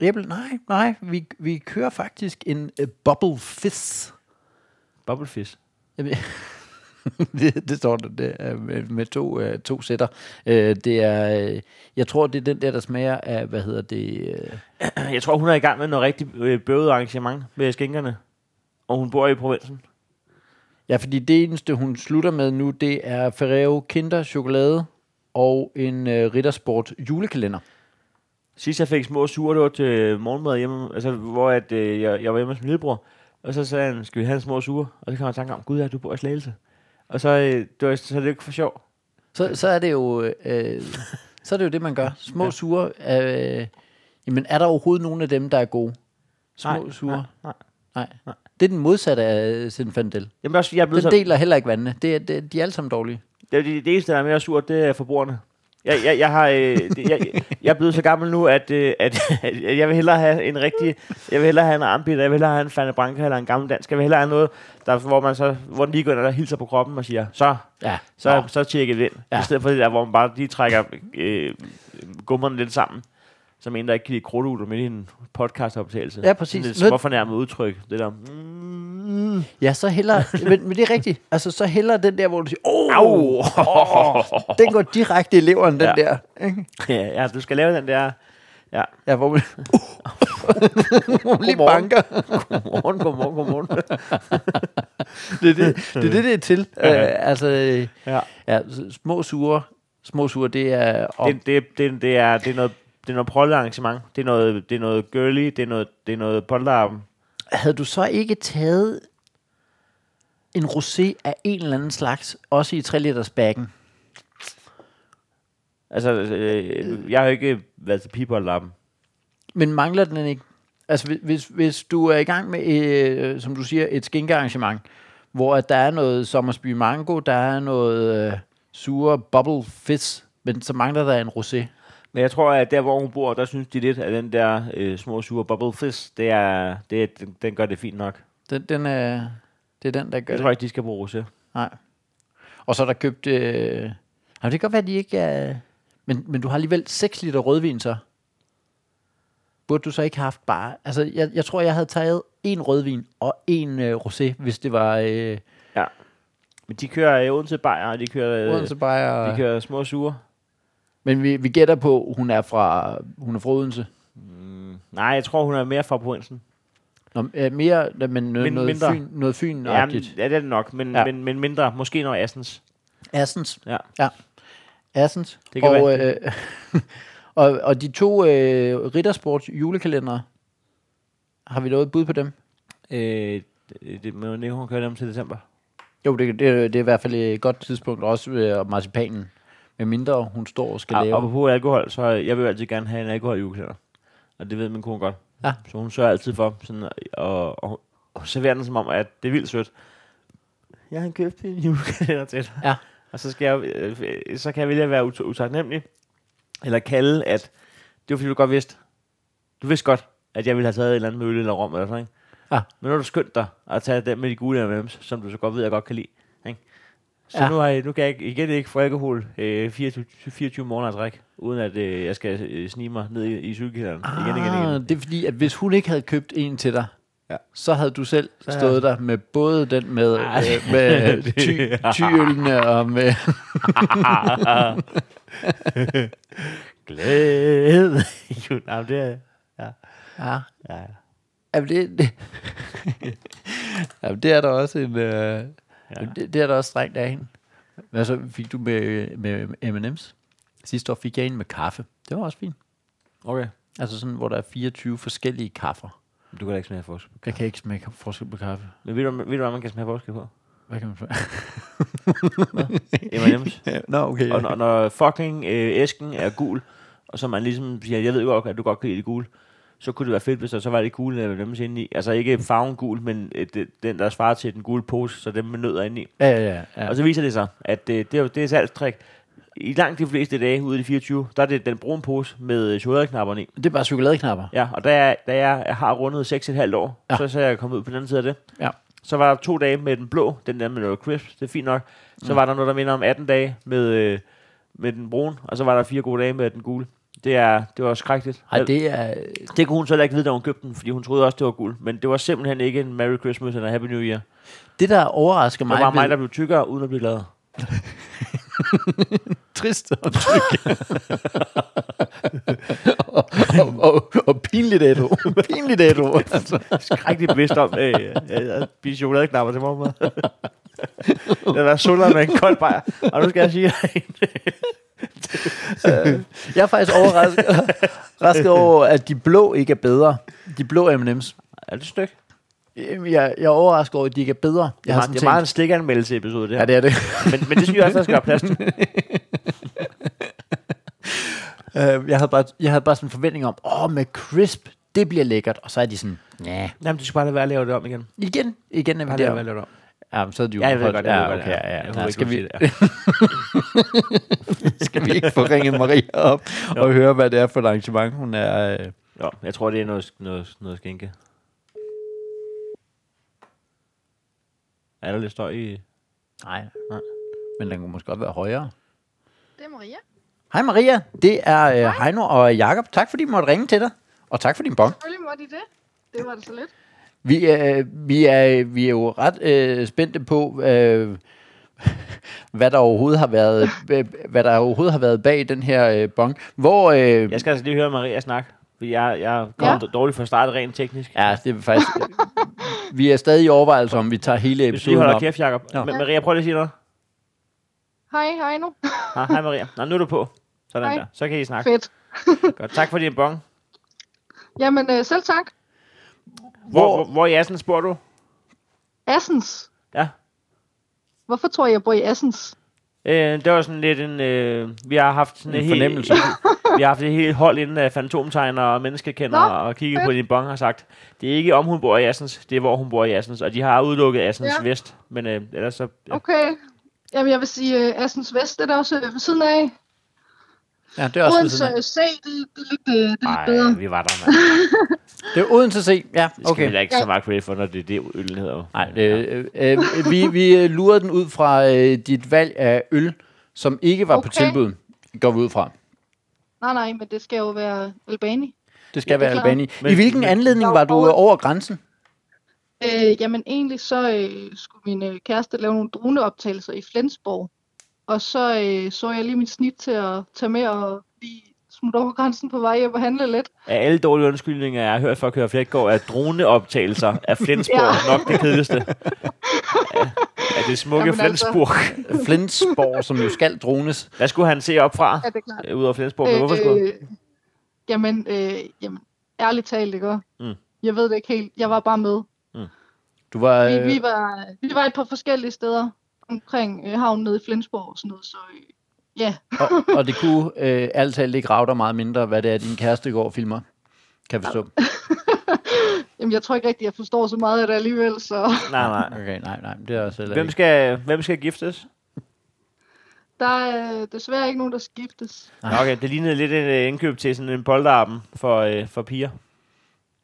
Æble? Nej, nej. Vi, vi kører faktisk en øh, bubble fizz.
Bubblefish.
Jamen, det, det står der det er med, med to, øh, to sætter. Øh, det er, øh, jeg tror, det er den der, der smager af, hvad hedder det? Øh,
Jeg tror, hun er i gang med noget rigtig øh, bøvet arrangement med skænkerne. Og hun bor i provinsen.
ja, fordi det eneste, hun slutter med nu, det er Ferrero Kinder Chokolade og en øh, Rittersport julekalender.
Sidst jeg fik små sure, det var til morgenmad hjemme, altså, hvor at, øh, jeg, jeg var hjemme hos min lillebror. Og så sagde han, skal vi have en små sure? Og så kom jeg i tanke om, gud ja, du bor i Slagelse. Og så, øh, det var, så er det jo ikke for sjov.
Så, så er det jo... Øh, så er det jo det, man gør. Små ja. sure. Øh, jamen, er der overhovedet nogen af dem, der er gode? Små
Nej,
sure?
nej, nej.
nej. nej. Det er den modsatte af Sinfandel.
Jamen, også, fordi jeg er blevet
Den
så,
deler heller ikke vandene. Det, er- det, de er alle sammen dårlige.
Det, det, det eneste, der er mere surt, det er forbrugerne. Jeg, jeg, jeg, har, øh, det, jeg, jeg er blevet så gammel nu, at, øh, at, at jeg vil hellere have en rigtig... Jeg vil hellere have en armbit, jeg vil hellere have en Fanny Branca eller en gammel dansk. Jeg vil hellere have noget, der, hvor, man så, hvor den lige går ind og der hilser på kroppen og siger, så,
Ja.
så, ja. så tjekker vi ind.
Ja.
Ja. I stedet for det der, hvor man bare lige trækker øh, gummerne lidt sammen. Som en, der ikke kan lide krudtugler midt i en podcastoptagelse.
Ja, præcis.
Sådan et
Noget-
småfornærmet udtryk. Det der... Mm,
Ja, så heller, men, men det er rigtigt. Altså, så heller den der, hvor du siger, åh,
Au!
oh, den går direkte i leveren, den ja.
Ja.
der. ikke?
ja, ja, du skal lave den der... Ja.
Ja, hvor man, hvor man lige
Godmorgen.
banker.
Godmorgen, godmorgen, godmorgen.
Det er det, det, er det, det er til. Uh, altså, øh,
Ja.
ja, s- små sure, små sure, det er... Og,
det, det, det, det, er, det er noget det er noget prollearrangement. Det er noget, det er noget girly. Det er noget, det er noget polterarm.
havde du så ikke taget en rosé af en eller anden slags, også i 3 liters baggen?
Altså, øh, jeg har jo ikke været til pigebollarm.
Men mangler den ikke? Altså, hvis- hvis, hvis du er i gang med, øh, som du siger, et skinkearrangement, hvor at der er noget Sommersby Mango, der er noget øh, sure bubble fizz, men så mangler der en rosé.
Men jeg tror, at der, hvor hun bor, der synes de lidt, at den der øh, små sure bubble fizz, det er, det, er- den, den gør det fint nok.
Den, den er, det er den, der gør
Jeg
det.
tror ikke, de skal bruge rosé.
Nej. Og så er der købt... Øh... Jamen, det kan godt være, at de ikke er... Men, men du har alligevel 6 liter rødvin så. Burde du så ikke have haft bare... Altså, jeg, jeg tror, jeg havde taget en rødvin og en øh, rosé, hvis det var øh,
Men de kører øh, Odense Bayer, og de kører, øh,
Odense Bayer.
de kører små sure.
Men vi, vi gætter på, hun er fra, hun er fra Odense.
Mm, nej, jeg tror, hun er mere fra provinsen.
Nå, øh, mere, men noget, Min,
Min-
noget,
mindre.
fyn, noget fyn
Ja, men, ja, det er det nok, men, ja.
Ja.
men, men mindre. Måske noget Assens.
Assens.
Ja.
ja. Assens.
Det kan
og,
være.
Øh, og, og de to øh, Riddersports julekalendere, har vi noget bud på dem?
Øh, det, det, men det, hun kører dem til december.
Jo, det, det, det er i hvert fald et godt tidspunkt, også øh, marcipanen. Med mindre hun står og skal
Og
lave.
og på alkohol, så øh, jeg vil jo altid gerne have en alkoholjulekalender. Og det ved min kone godt.
Ja.
Så hun sørger altid for, sådan, og, og, og serverer den som om, at det er vildt sødt. Jeg har købt en julekalender til dig.
Ja.
Og så, skal jeg, øh, øh, så kan jeg vælge at være ut- utaknemmelig. Eller kalde, at det var fordi, du godt vidste. Du vidste godt, at jeg ville have taget et eller andet mølle eller rom eller sådan, ikke?
Ja.
Men nu har du skyndt dig at tage den med de gule M&M's, som du så godt ved, jeg godt kan lide. Ikke? Så ja.
Ja.
nu, har jeg, nu kan jeg igen ikke få alkohol øh, 24, 24 måneder i træk, uden at øh, jeg skal øh, snige mig ned i, i cykelkælderen. Ah. Igen, igen, igen.
Ah, det er fordi, at hvis hun ikke havde købt en til dig,
Ja.
så havde du selv
Så-
stået der med både den med,
Ej,
øh, med
det-
ty, tyølene og med...
Ah. Glæde. jo, nej, men det er,
Ja,
ja, ja.
Jamen, det, det, Jamen, det er der også en... Øh, ja. det, det, er der også strengt af hende. Hvad så fik du med, med M&M's? Sidste år fik jeg en med kaffe. Det var også fint.
Okay.
Altså sådan, hvor der er 24 forskellige kaffer.
Du kan da ikke smage forskel.
Jeg kan ikke smage forskel på kaffe.
Men ved du, ved du, hvad man kan smage forskel på?
Hvad kan man få?
M&M's.
Nå, okay.
Og når, når fucking øh, æsken er gul, og så man ligesom siger, jeg ved godt, at du godt kan lide det gule, så kunne det være fedt, hvis der så var det gule eller dem inde i. Altså ikke farven gul, men øh, det, den, der svarer til den gule pose, så dem med nødder inde i.
Ja, ja, ja.
Ja.
ja.
Og så viser det sig, at øh, det, er jo- det er et salgstrik. I langt de fleste dage ude i de 24, der er det den brune pose med øh, chokoladeknapperne i.
Det er bare chokoladeknapper.
Ja, og da jeg, da jeg har rundet 6,5 år, ja.
Ja.
så, så er jeg kommet ud på den anden side af det.
Ja.
Så var der to dage med den blå, den der med noget crisp, det er fint nok. Så mm. var der noget, der minder om 18 dage med, øh, med den brune, og så var der fire gode dage med den gule. Det, er, det var skrækkeligt.
Ej, det er...
det kunne hun så heller ikke vide, da hun købte den, fordi hun troede også, det var gul. Men det var simpelthen ikke en Merry Christmas eller Happy New Year.
Det, der overrasker
Det var
mig...
bare
ved-
mig, der blev tykkere, uden at blive glad.
trist og tryg. og, og, og, og pinligt ædru. pinligt ædru. Altså,
Skrækkeligt bevidst om, øh, øh, at spise chokoladeknapper til morgenmad. Den er sutter med en kold bajer. Og nu skal jeg sige dig,
øh, jeg er faktisk overrasket rasket over, at de blå ikke er bedre. De blå M&M's.
er det et stykke?
Jamen, Jeg, jeg er overrasket over, at de ikke er bedre. Jeg
Det, har, det er meget en stikanmeldelse episode, det her.
Ja, det er det.
Men, men det synes jeg også, der skal være plads til.
Øh, jeg, havde bare, jeg havde bare sådan en forventning om, åh, oh, med crisp, det bliver lækkert. Og så er de sådan, ja.
Jamen, du skal bare lade være at lave det om igen.
Igen, igen er vi
Bare
der.
lade være at lave det om.
Ja, men så er de jo...
Ja, jeg ved godt, jeg ved
ja,
godt,
okay,
ja.
ja,
Jeg
ja.
håber
Nej,
ikke,
skal,
du
vi... skal vi ikke få ringet Maria op og høre, hvad det er for et arrangement, hun er... Øh...
Jo, jeg tror, det er noget, noget, noget skænke. Er der lidt støj i...
Nej, nej. Men den kunne måske godt være højere.
Det er Maria.
Hej Maria, det er øh, Heino og Jakob. Tak fordi I måtte ringe til dig, og tak for din bong.
Selvfølgelig må de det. Det var det så lidt.
Vi, øh, vi, er, vi er jo ret øh, spændte på, øh, hvad der overhovedet har været, øh, hvad der overhovedet har været bag den her øh, bong. Hvor, øh,
Jeg skal altså lige høre Maria snakke, fordi jeg, jeg kommer ja. dårligt fra start rent teknisk.
ja, det er faktisk, øh, vi er stadig i overvejelse om, vi tager hele
Hvis du lige
episoden
holder
op.
kæft, Jacob. Ja.
Ja.
Men Maria, prøv lige at sige noget.
Hej, hej nu.
Ah, hej Maria. Nå, nu er du på. Sådan
Hej.
der. Så kan I snakke.
Fedt.
Godt. Tak for din bong.
Jamen, øh, selv tak.
Hvor,
Hvor-
hvor, hvor i Assen spurgte du?
Assens.
Ja.
Hvorfor tror jeg, jeg bor i Assens?
Øh, det var sådan lidt en... Øh, vi har haft sådan
En
hel-
fornemmelse.
vi har haft et helt hold inden af fantomtegner og menneskekender
Nå,
og kigget
fedt.
på din bong og har sagt, det er ikke om hun bor i Assens, det er hvor hun bor i Assens. Og de har udelukket Assens
Ja.
ja. Vest, men øh, ellers så... Ja.
Okay. Jamen, jeg vil sige, øh, Assens Vest det er der også øh, ved siden af.
Ja, det er også ved
Odense
siden af.
C, det, det, er lidt, øh, det er lidt bedre.
Nej, vi var der, mand.
Det er Odense C, ja,
Det skal okay. vi da
okay.
ikke så meget credit for, når det er det, øllen hedder.
Nej, øh, øh, øh, vi, vi øh, lurede den ud fra øh, dit valg af øl, som ikke var okay. på
Okay.
tilbud, går vi ud fra.
Nej, nej, men det skal jo være Albani.
Det skal ja,
det er
være
klart.
Albani.
Men-
I hvilken
men-
anledning var du øh, over grænsen?
Øh, jamen egentlig så øh, skulle min øh, kæreste lave nogle droneoptagelser i Flensborg. Og så øh, så jeg lige mit snit til at tage med og lige smutte over grænsen på vej hjem og handle lidt.
Af alle dårlige undskyldninger, jeg har hørt fra Køre Flækgaard, er droneoptagelser af Flensborg ja. nok det kedeligste. Ja, ja det smukke Jamen
Jamen altså.
Flensborg. Altså.
Flensborg, som jo skal drones.
Hvad skulle han se op fra,
Ja, det er klart.
øh, ud over Flensborg? Men hvorfor skulle han?
øh, jamen, øh, jamen, ærligt talt, ikke?
Mm.
Mm. Jeg ved det ikke helt. Jeg var bare med.
Du var,
Øh. Vi,
øh,
vi, var, vi var et par forskellige steder omkring øh, havnen nede i Flensborg og sådan noget, så øh, ja.
og, og det kunne øh, alt talt ikke rave dig meget mindre, hvad det er, din kæreste går og filmer. Kan jeg forstå.
Jamen, jeg tror ikke rigtigt, jeg forstår så meget af det alligevel, så
Nej, nej.
Okay, nej, nej, det er også heller
Hvem
ikke.
skal, hvem skal giftes?
der er øh, desværre ikke nogen, der skiftes.
Nå, Okay, det lignede lidt en øh, indkøb til sådan en polterappen for, øh, for piger.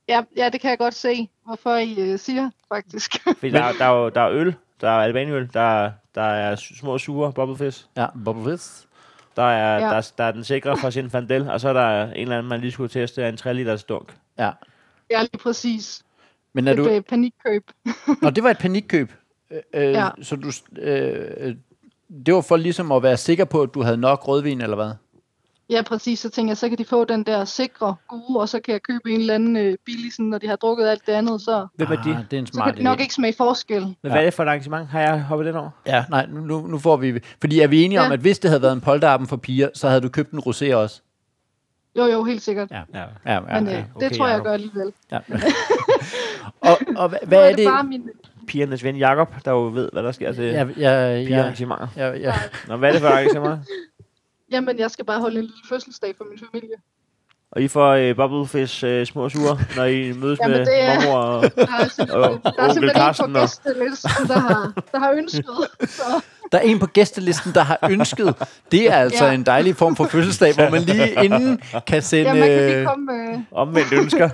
Ja, ja, det kan jeg godt se, hvorfor I øh, siger, faktisk.
Fordi der, der, er, jo- der er øl, der er albaniøl, der, der er s- små sure boblefisk,
Ja, Bob Ritz.
der er, ja.
Ja.
der, der er den sikre fra sin fandel, og så er der en eller anden, man lige skulle teste af en 3 liters dunk.
Ja.
ja, lige præcis.
Men er
Et
du...
øh, panikkøb.
Nå, det var et panikkøb. Øh, øh,
Ja.
Så du... Øh, øh, det var for ligesom at være sikker på, at du havde nok rødvin, eller hvad?
Ja, præcis. Så tænker jeg, så kan de få den der sikre, gode, og så kan jeg købe en eller anden øh, billig, sådan, når de har drukket alt det andet, så,
Hvem er de?
Ah, det er en
så
smart
kan de nok
idé.
ikke smage forskel.
Men hvad er det for et arrangement? Har jeg hoppet den over?
Ja, nej, nu, nu får vi... Fordi er vi enige ja. om,
Ja.
at hvis det havde været en polterappen for piger, så havde du købt en rosé også?
Jo, jo, helt sikkert.
Ja,
Ja.
ja, ja.
Men
Okay.
øh,
okay,
det tror
Jacob.
jeg, jeg gør alligevel.
ja. og, og hvad,
Nu
hvad er det...
bare min...
Pigernes ven Jakob, der jo ved, hvad der sker til ja,
Ja, ja, ja,
pigearrangementer.
ja, ja.
Nå, hvad er det for arrangementer?
Jamen, jeg skal bare holde en lille fødselsdag for min familie.
Og I får øh, bubblefish øh, små sure, når I mødes
Jamen,
med
det er-
mormor og...
Der er
onkel
simpelthen, der er simpelthen en på
Carsten og-
gæstelisten, der har, der har ønsket. Så,
Der er en på gæstelisten, der har ønsket. Det er altså ja.
Ja.
en dejlig form for fødselsdag, hvor man lige inden kan sende...
ja, man kan
øh,
lige komme med...
omvendt ønsker.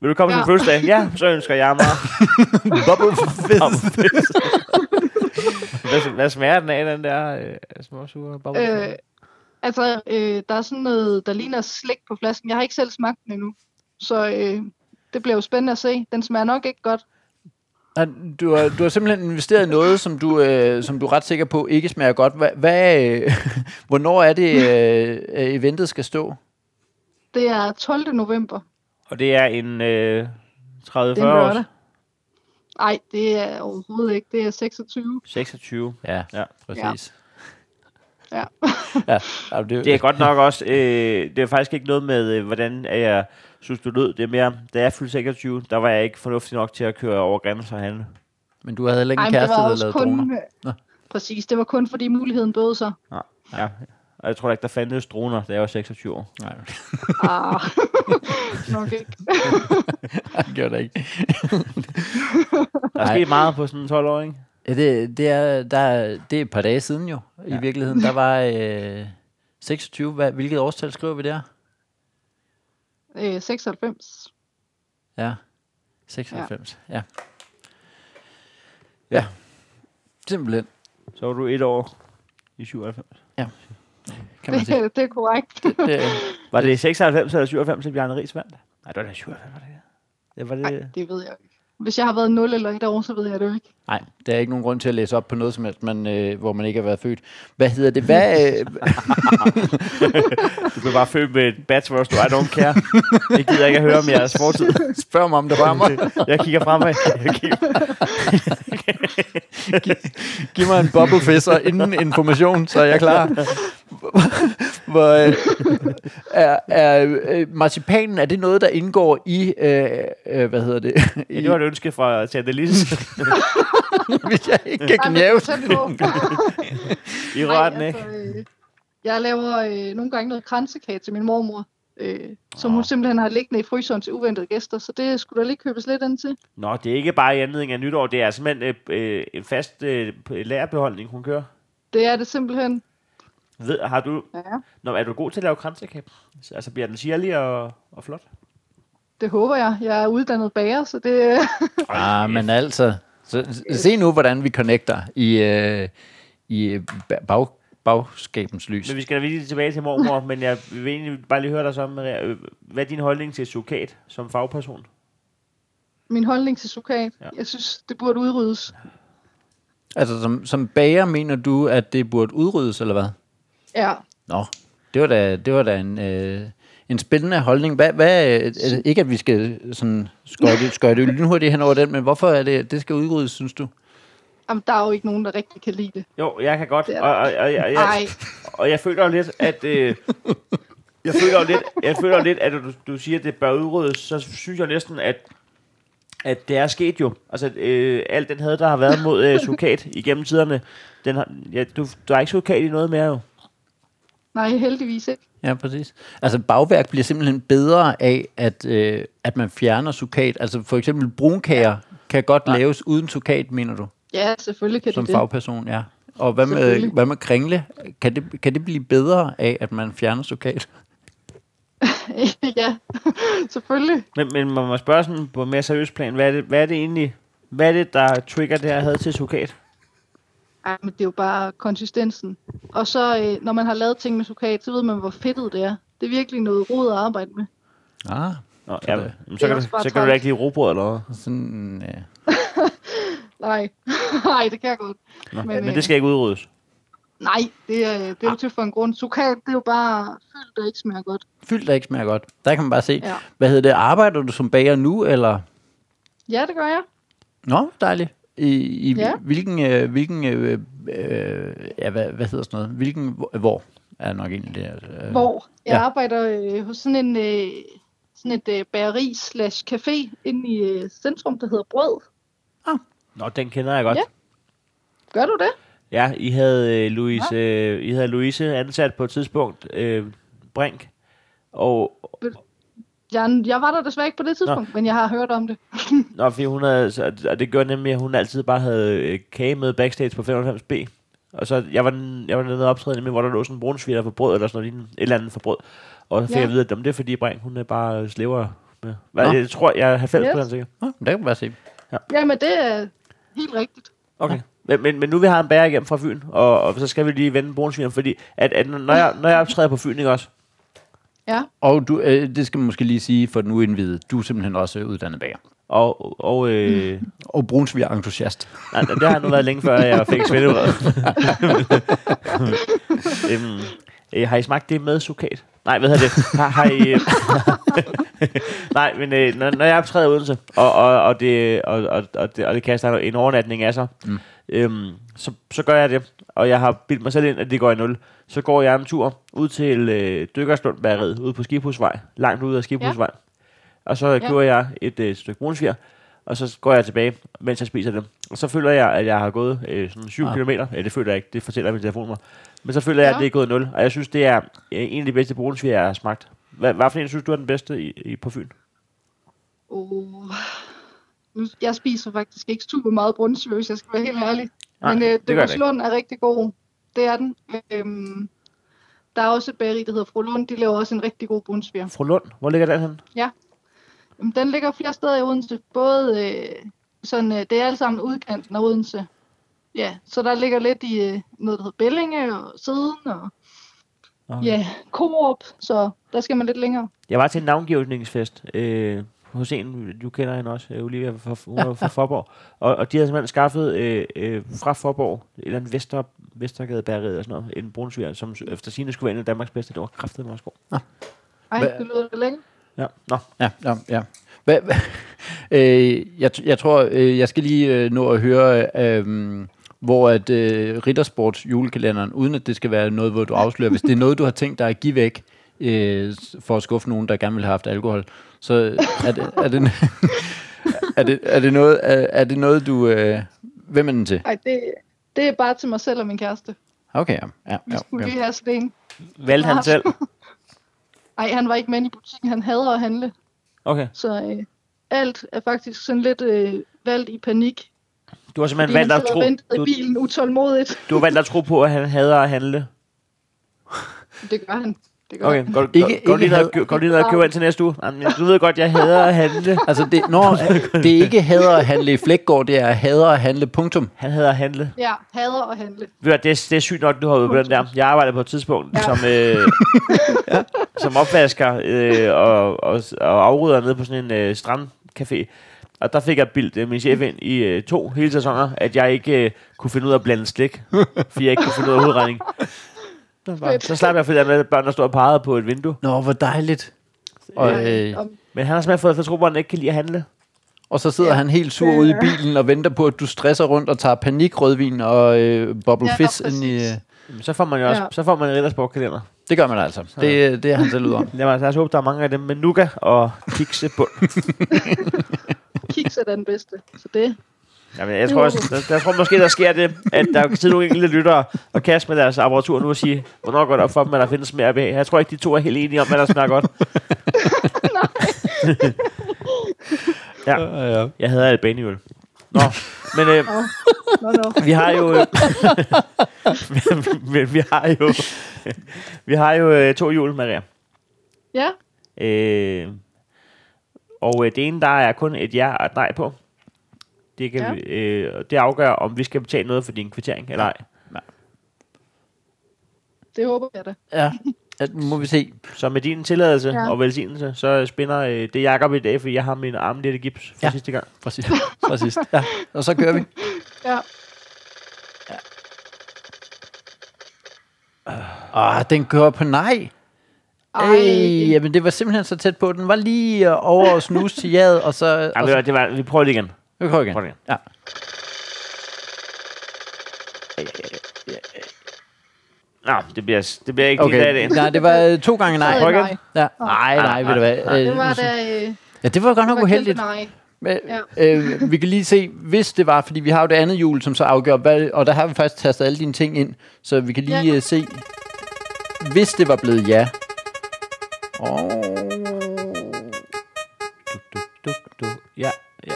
Vil du komme ja.
Ja.
til min fødselsdag? Ja, så ønsker jeg mig. Bubblefish. hvad, hvad smager den af, den der øh, småsure bubblefish?
Øh, altså, øh, der er sådan noget, der ligner slik på flasken. Jeg har ikke selv smagt den endnu. Så øh, det bliver jo spændende at se. Den smager nok ikke godt.
Ah, Du har, du har simpelthen investeret i noget, som du, øh, som du er ret sikker på ikke smager godt. Hva, hvad, øh, hvornår er det, øh, øh, eventet skal stå?
Det er 12. november.
Og det er en øh, 30-40
Det er en lørdag.
års.
Nej, det er overhovedet ikke. Det er 26.
26.
Ja,
Ja.
præcis.
Ja.
ja. ja det,
Det er godt nok også, øh, det er faktisk ikke noget med, øh, hvordan er jeg synes, du lød. Det er mere, da jeg fyldte 26, der var jeg ikke fornuftig nok til at køre over grænser og handle.
Men du havde heller ikke
Ej,
en
men det
kæreste,
var
der
også
lavede
kun...
droner. Nå.
Droner. Præcis, det var kun fordi muligheden bød sig.
Ja. Og jeg tror da ikke, der fandtes droner, da jeg var 26 år.
Nej,
Ah, nok ikke.
det gjorde det ikke.
Der er
Nej.
sket meget på sådan en 12 år, ikke?
Ja, det, det, er, der, er- det er et par dage siden jo, ja. i virkeligheden. Der var øh, 26. Hvad, hvilket årstal skriver vi der?
Øh, 96.
Ja. 96. Ja. ja. ja. Simpelthen,
Så var du et år i 97.
kan man sige.
Det, det er korrekt.
Det,
Var det i 96 eller 97, at Bjarne Ries vandt? Nej, det var da i 97, var det ikke? det var det.
Nej, det ved jeg ikke. Hvis jeg har været 0 eller 1 år, så ved jeg det jo ikke.
nej, der er ikke nogen grund til at læse op på noget som helst, man, øh, hvor man ikke har været født. Hvad hedder det? Hvad, øh,
Du blev bare født med et badge, hvor der stod, I don't care. Jeg gider ikke at høre om jeres fortid.
spørg mig om det rammer.
Jeg kigger fremad. Jeg kigger.
Giv mig en bubblefist og inden information, så er jeg klar. Hvor, øh, er, er, øh, marcipanen, er det noget, der indgår i, øh, øh, hvad hedder det?
Ja,
I,
det var et ønske fra Tandelis.
hvis jeg ikke kan
Nej, men
knæve.
det er tæt på.
I
Nej,
rørte den, ikke?
altså, øh, jeg laver øh, nogle gange noget kransekage til min mormor, øh, som hun
Nå.
simpelthen har liggende i fryseren til uventede gæster, så det skulle der lige købes lidt ind til.
Nå, det er ikke bare i anledning af nytår. Det er simpelthen øh, øh, en fast øh, lagerbeholdning, hun kører.
Det er det simpelthen.
Ved, har du,
Ja,
Nå, er du god til at lave kransekage? Altså bliver den sirlig og, og flot?
det håber jeg. Jeg er uddannet bager, så det,
Ah, men altså, så, se nu, hvordan vi connecter i, øh, i øh, ba- bag, bagskabens lys.
Men vi skal da lige tilbage til mormor, men jeg vil egentlig bare lige høre dig så, Maria. Øh, Hvad er din holdning til sukat som fagperson?
min holdning til sukat,
Ja.
ja. jeg synes, det burde udryddes.
Altså, som, som bager mener du, at det burde udryddes, eller hvad?
Ja,
Nå, det var da, det var da en, øh, en spændende holdning. Hvad, hvad, øh, altså, ikke at vi skal sådan skøjte, skøjte lynhurtigt hen over den, men hvorfor er det, det skal udryddes, synes du?
Jamen, der er jo ikke nogen, der rigtig kan lide det.
Jo, jeg kan godt,
Det
og,
er
og, og, og, jeg,
Nej,
og jeg føler jo lidt, at... Øh, jeg føler jo lidt, jeg føler jo lidt at du, du siger, at det bør udryddes, så synes jeg næsten, at at det er sket jo. Altså, øh, alt den had, der har været mod øh, sukat igennem tiderne, den har, ja, du, der er ikke sukat i noget mere jo.
nej, heldigvis ikke.
Ja, præcis. Altså bagværk bliver simpelthen bedre af, at, øh, at man fjerner sukat. Altså for eksempel brunkager kan godt ja. laves uden sukat, mener du,
Ja, selvfølgelig kan
som
det det.
fagperson, ja. Og hvad med,
Selvfølgelig.
hvad med kringle? Kan det, kan det blive bedre af, at man fjerner sukat?
ja, selvfølgelig.
Men, men man må spørge sådan på en mere seriøs plan, hvad er det, hvad er det egentlig, hvad er det, der trigger det her had til sukat?
Ej, men det er jo bare konsistensen. Og så, øh, når man har lavet ting med sukat, så ved man, hvor fedtet det er. Det er virkelig noget rod at arbejde med.
Ah,
Nå,
Så
ja,
det-
men så,
Det er
kan du,
også bare
så kan du da
træls.
ikke lide robrød eller hvad?
sådan, øh, ja.
Nej, nej, det kan jeg godt.
Nå,
Men,
men, men
øh,
det skal ikke udryddes.
Nej, det er, øh, det er jo til for en grund. Sukat, det er jo bare fyldt, der ikke smager godt.
Fyldt der ikke smager godt. Der kan man bare se. Ja.
Ja.
Hvad hedder det? Arbejder du som bager nu, eller?
Ja, det gør jeg.
Nå, dejligt. I, i ja.
Ja.
hvilken, øh, hvilken øh, øh, ja, hvad, hvad hedder sådan noget? Hvilken, hvor, hvor er nok egentlig det? Øh,
Hvor jeg
ja.
ja. arbejder øh, hos sådan en øh, sådan et øh, bageri slash café inde i øh, centrum, der hedder Brød.
Nå, den kender jeg godt.
Ja. Gør du det?
Ja, I havde, øh, Louise, øh, I havde Louise ansat på et tidspunkt, øh, Brink, og
Jeg, jeg var der desværre ikke på det tidspunkt, Nå. men jeg har hørt om det.
Nå, fordi hun havde, så- og det gjorde nemlig, at hun altid bare havde øh, kage med backstage på 95B. Og så, jeg var, den- jeg var nede og optræde nemlig, hvor der lå sådan en brunsviger for brød, eller sådan noget, lignende, et eller andet for brød. Og så fik
Ja.
ja. jeg at vide, at "Jamen, det er fordi Brink, hun er bare slæver med. Hvad,
Nå.
jeg tror, jeg er 90 yes.
Yes.
sikker.
Nå, der kan man bare se.
Jamen, det er helt rigtigt.
Okay. Men, men, men, nu vi har en bærer igennem fra Fyn, og, og, så skal vi lige vende brunsvigeren, fordi at, at, når, jeg, når jeg optræder på Fyn, ikke også?
Ja,
Og du, øh, det skal man måske lige sige for den uindvidede. Du er simpelthen også øh, uddannet bager.
Og, og øh,
Og brunsviger entusiast.
nej, det har jeg nu været længe før, jeg fik svindebrød. øhm, øh, har I smagt det med sukat? Nej, hvad hedder det? Har, har I, øh, nej, men øh, når, når jeg optræder i Odense, og, og, og, det, og, og, og, det, og det kaster en overnatning af sig, mm. øhm, så, så gør jeg det, og jeg har bildt mig selv ind, at det går i nul. Så går jeg en tur ud til øh, Dykkerslundbæreriet, ude på Skibhusvej, langt ude af Skibhusvej. Ja. Og så køber jeg et øh, stykke brunsviger, og så går jeg tilbage, mens jeg spiser dem. Og så føler jeg, at jeg har gået øh, sådan 7
Ah.
km. Ja, det føler jeg ikke, det fortæller min telefon mig. Men så føler jeg,
Ja.
at det er gået 0. Og jeg synes, det er øh, en af de bedste brunsviger, jeg har smagt. Hvad, hvad for en synes du er den bedste i, i, på Fyn?
Oh. Nu- Jeg spiser faktisk ikke super meget brunsvig, hvis jeg skal være helt ærlig.
Nej,
Men øh,
det gør jeg ikke.
Døberslund er rigtig god. Det er den. Øhm, der er også et bageri, der hedder Fru Lund. De laver også en rigtig god brunsvig.
Fru Lund, hvor ligger den henne?
Jamen, den ligger flere steder i Odense. Både øh, sådan, øh, det er alt sammen udkanten af Odense. Ja, så der ligger lidt i øh, noget, der hedder Bellinge og Siden og
Okay.
ja, Coop. Så der skal man lidt længere.
Jeg var til en navngivningsfest øh, hos en, du kender hende også, øh, Olivia fra, hun var fra Forborg. Og, og de havde simpelthen skaffet øh, øh, fra Forborg, et eller en Vester, Vestergade eller sådan noget, en brunsviger, som efter sine skulle være en af Danmarks bedste. Det var kraftedet også god.
Ej,
Hvad-
Hva? det lyder da lækkert.
Ja, nå.
Ja, ja, ja. Hva, hva, øh, jeg, t- jeg tror, øh, jeg skal lige øh, nå at høre, øh, øh, hvor at øh, Riddersports julekalenderen, uden at det skal være noget, hvor du afslører, hvis det er noget, du har tænkt dig at give væk, øh, s- for at skuffe nogen, der gerne vil have haft alkohol, så øh, er det, er det, er det, er det, noget, er, er det noget, du... Øh, hvem er den til?
Ej, det, det er bare til mig selv og min kæreste.
Okay, ja. ja,
Vi
ja,
skulle
ja.
lige have sådan en.
Valgte han selv?
Ej, han var ikke med i butikken. Han hader at handle.
Okay.
Så øh, alt er faktisk sådan lidt øh, valgt i panik.
Du har
Fordi
simpelthen
han
valgt at
sidder og venter
tro,
i
du,
bilen utålmodigt.
du har valgt at tro på, at han hader at handle.
Det gør han. Det gør
Okay,
han.
godt,
Ikke-
ikke,
ikke
godt, lige,
had.
at, kø- godt lige at købe ind til næste uge. Jamen, du ved godt, jeg hader at handle.
Altså, det, når, det er ikke hader at handle i Flækgaard, det er hader at handle, punktum.
Han hader at handle.
Ja, hader at handle.
Ved du, hvad, det, er, det er sygt nok, du har været på den der. Jeg arbejdede på et tidspunkt ja. som, øh, ja, som opvasker øh, og, og, og afrydder nede på sådan en øh, strandcafé. Og der fik jeg bildt øh, min chef ind i øh, to hele sæsoner, at jeg ikke øh, kunne finde ud af at blande slik, fordi jeg ikke kunne finde ud af hovedregning. Det var bare-
Fedt.
Så slap jeg for det der med, at børn, der stod og pegede på et vindue.
Nå, hvor dejligt. Og, øh,
Om,
Men han har simpelthen fået fortro, at han ikke kan lide at handle.
og så sidder han helt sur ude i bilen og venter på, at du stresser rundt og tager panikrødvin og øh, bubble
Ja,
fizz ind i...
præcis.
Øh,
Jamen, så får man jo også,
Ja.
så får man en riddersportkalender.
det gør man altså. Det, det er han selv ud om.
Lad mig altså også håbe, der er mange af dem med nuka og kiksebund.
kiks er den bedste. Så det,
Jamen, jeg tror, også, der, jeg tror måske, der sker det, at der kan sidde nogle enkelte lyttere og kaste med deres apparatur nu og sige, hvornår går det op for dem, at der findes mere behag. Jeg tror ikke, de to er helt enige om, hvad der smager godt. Ja.
ja.
Jeg havde albanihjul. Nå, men øh,
no, no.
vi har jo... Øh, men vi har jo... vi har jo øh, to hjul, Maria.
Ja,
Øh, og øh, det ene, der er kun et ja og et nej på. Det, kan
Ja.
ja. vi, øh, og det afgør, om vi skal betale noget for din kvittering eller ej.
det håber jeg da.
ja. ja. nu må vi se.
Så med din tilladelse
Ja.
ja. og velsignelse, så spænder øh, det Jakob i dag, for jeg har min arm lidt i gips for
Ja.
ja. sidste gang.
Fra sidst. Fra sidst. Ja. Og så kører vi.
Ja.
Ah, den kører på nej.
Ej,
Ej, jamen det var simpelthen så tæt på. Den var lige øh, over og snuse til jad, og så...
Ej,
og
ved
så
du hvad, det var, vi prøver det igen.
vi prøver igen.
Prøv det igen.
Ja.
Nå, det bliver, det bliver ikke okay. lige
Okay.
dagen.
Nej, det var øh, to gange nej.
Prøv igen.
Ja. Nej, nej, ved du hvad. øh,
det var
nu
da
synes-
øh,
Ja, det var godt
det
nok
var kæmpe
uheldigt.
nej.
Men, øh, vi kan lige se, hvis det var, fordi vi har jo det andet hjul, som så afgør, hvad, og der har vi faktisk tastet alle dine ting ind, så vi kan lige
Ja.
øh, se, hvis det var blevet ja. Og... Du, du, du, du. Ja, ja.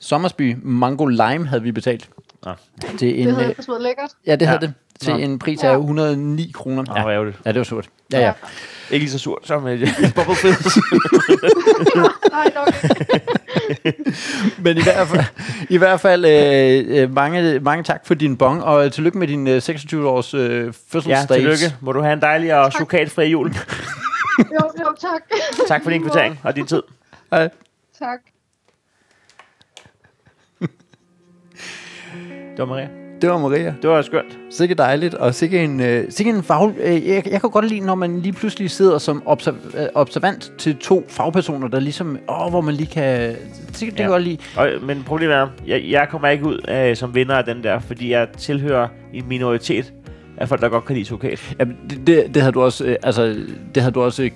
Sommersby Mango Lime havde vi betalt.
Nå.
Til en,
Det
øh,
havde også været lækkert.
ja, det havde
Ja.
det. Til
Nå.
en pris af
Ja.
109 kroner.
Nå, hvor
Ja.
ærgerligt.
ja, det var surt. Ja, ja.
Ikke lige så surt som øh, Bubble Fizz.
Nej, nok ikke.
Men i hvert fald, i hvert fald øh, øh, mange, mange tak for din bong, og tillykke med din øh, 26-års øh,
ja,
fødselsdag.
tillykke. Må du have en dejlig og sukatfri jul.
Jo, jo, tak.
Tak for din kvittering og din tid.
Hej.
Tak.
Det var Maria.
Det var Maria.
Det var skønt.
Sikke dejligt, og sikke en, øh, sikke en fag... Øh, jeg, jeg kan godt lide, når man lige pludselig sidder som observ, øh, observant til to fagpersoner, der ligesom... Åh, hvor man lige kan... Sikke, det kan jeg
Ja.
godt lide.
Og, men problemet er, jeg, jeg kommer ikke ud øh, som vinder af den der, fordi jeg tilhører en minoritet af folk, der godt kan lide sukat.
Ja, det, det, det havde du også, øh, altså, det havde du også øh,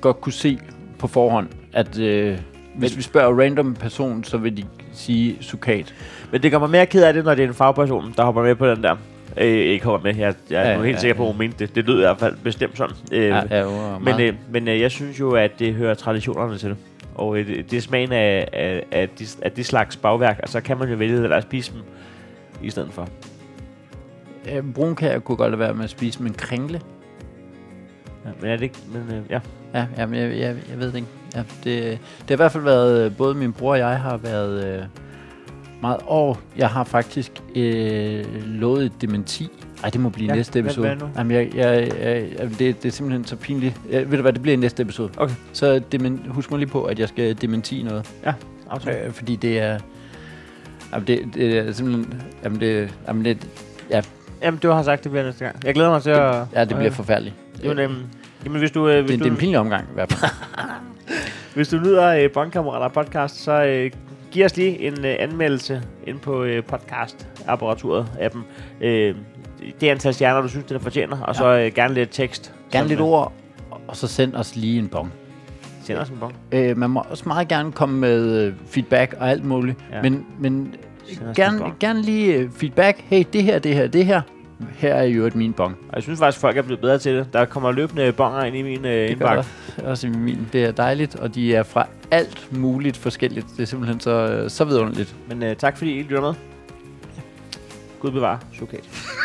godt kunne se på forhånd, at øh, hvis vi spørger random person, så vil de sige sukat.
Men det gør mig mere ked af det, når det er en fagperson, der hopper med på den der. Øh, ikke hopper med, jeg, jeg er
Ja,
nu helt
ja,
sikker på, at hun mente det. Det lød i hvert fald bestemt sådan. Øh,
Ja, er jo meget-
men øh, men øh, jeg synes jo, at det hører traditionerne til. Og øh, det- det er smagen af, af, af, de, af de slags bagværk, og så kan man jo vælge eller spise dem i stedet for.
Øh, brunkager kunne godt lade være med at spise, men kringle?
Ja, men er det ikke? Men, øh, ja.
Ja, ja men jeg, jeg, jeg ved det ikke. Ja, det, det har i hvert fald været, øh, både min bror og jeg har været øh, meget, og jeg har faktisk øh, lovet et dementi. Ej, det må blive
Ja,
næste
hvad-
episode.
hvad nu?
Jamen, jeg, jeg, jeg, jeg, det, det er simpelthen så pinligt. Ja, ved du hvad, det bliver i næste episode.
Okay.
Så demen, husk mig lige på, at jeg skal dementi noget.
Ja, aftale.
Øh, fordi det er... Jamen, det, det er simpelthen... Jamen, det, jamen det, ja,
Jamen, du har sagt, det bliver næste gang. Jeg glæder mig til at...
ja, det bliver
øh,
forfærdeligt.
Jamen, øhm, jamen hvis, du, øh,
Det,
hvis,
det er
du,
en pinlig omgang, i hvert fald.
hvis du nyder øh, Bondkammerater podcast, så øh, giv os lige en øh, anmeldelse ind på øh, podcast-apparaturet af dem. Øh, det antal stjerner, du synes, den fortjener, og ja. så øh, gerne lidt tekst.
Gerne
Som,
lidt
øh,
ord, og så send os lige en bong.
Send os en bong.
Øh, man må også meget gerne komme med øh, feedback og alt muligt, ja.
Ja.
men, men
Send os en
gerne,
bong.
gerne lige øh, feedback. Hey, det her, det her, det her. Her er jo et min bong.
Og jeg synes faktisk, folk er blevet bedre til det. Der kommer løbende bonger ind i min øh,
Det gør
indbakke.
også- også i min. Det er dejligt, og de er fra alt muligt forskelligt. Det er simpelthen så, øh, så vidunderligt.
Men øh, tak fordi I lytter med. Gud bevare. Sukat.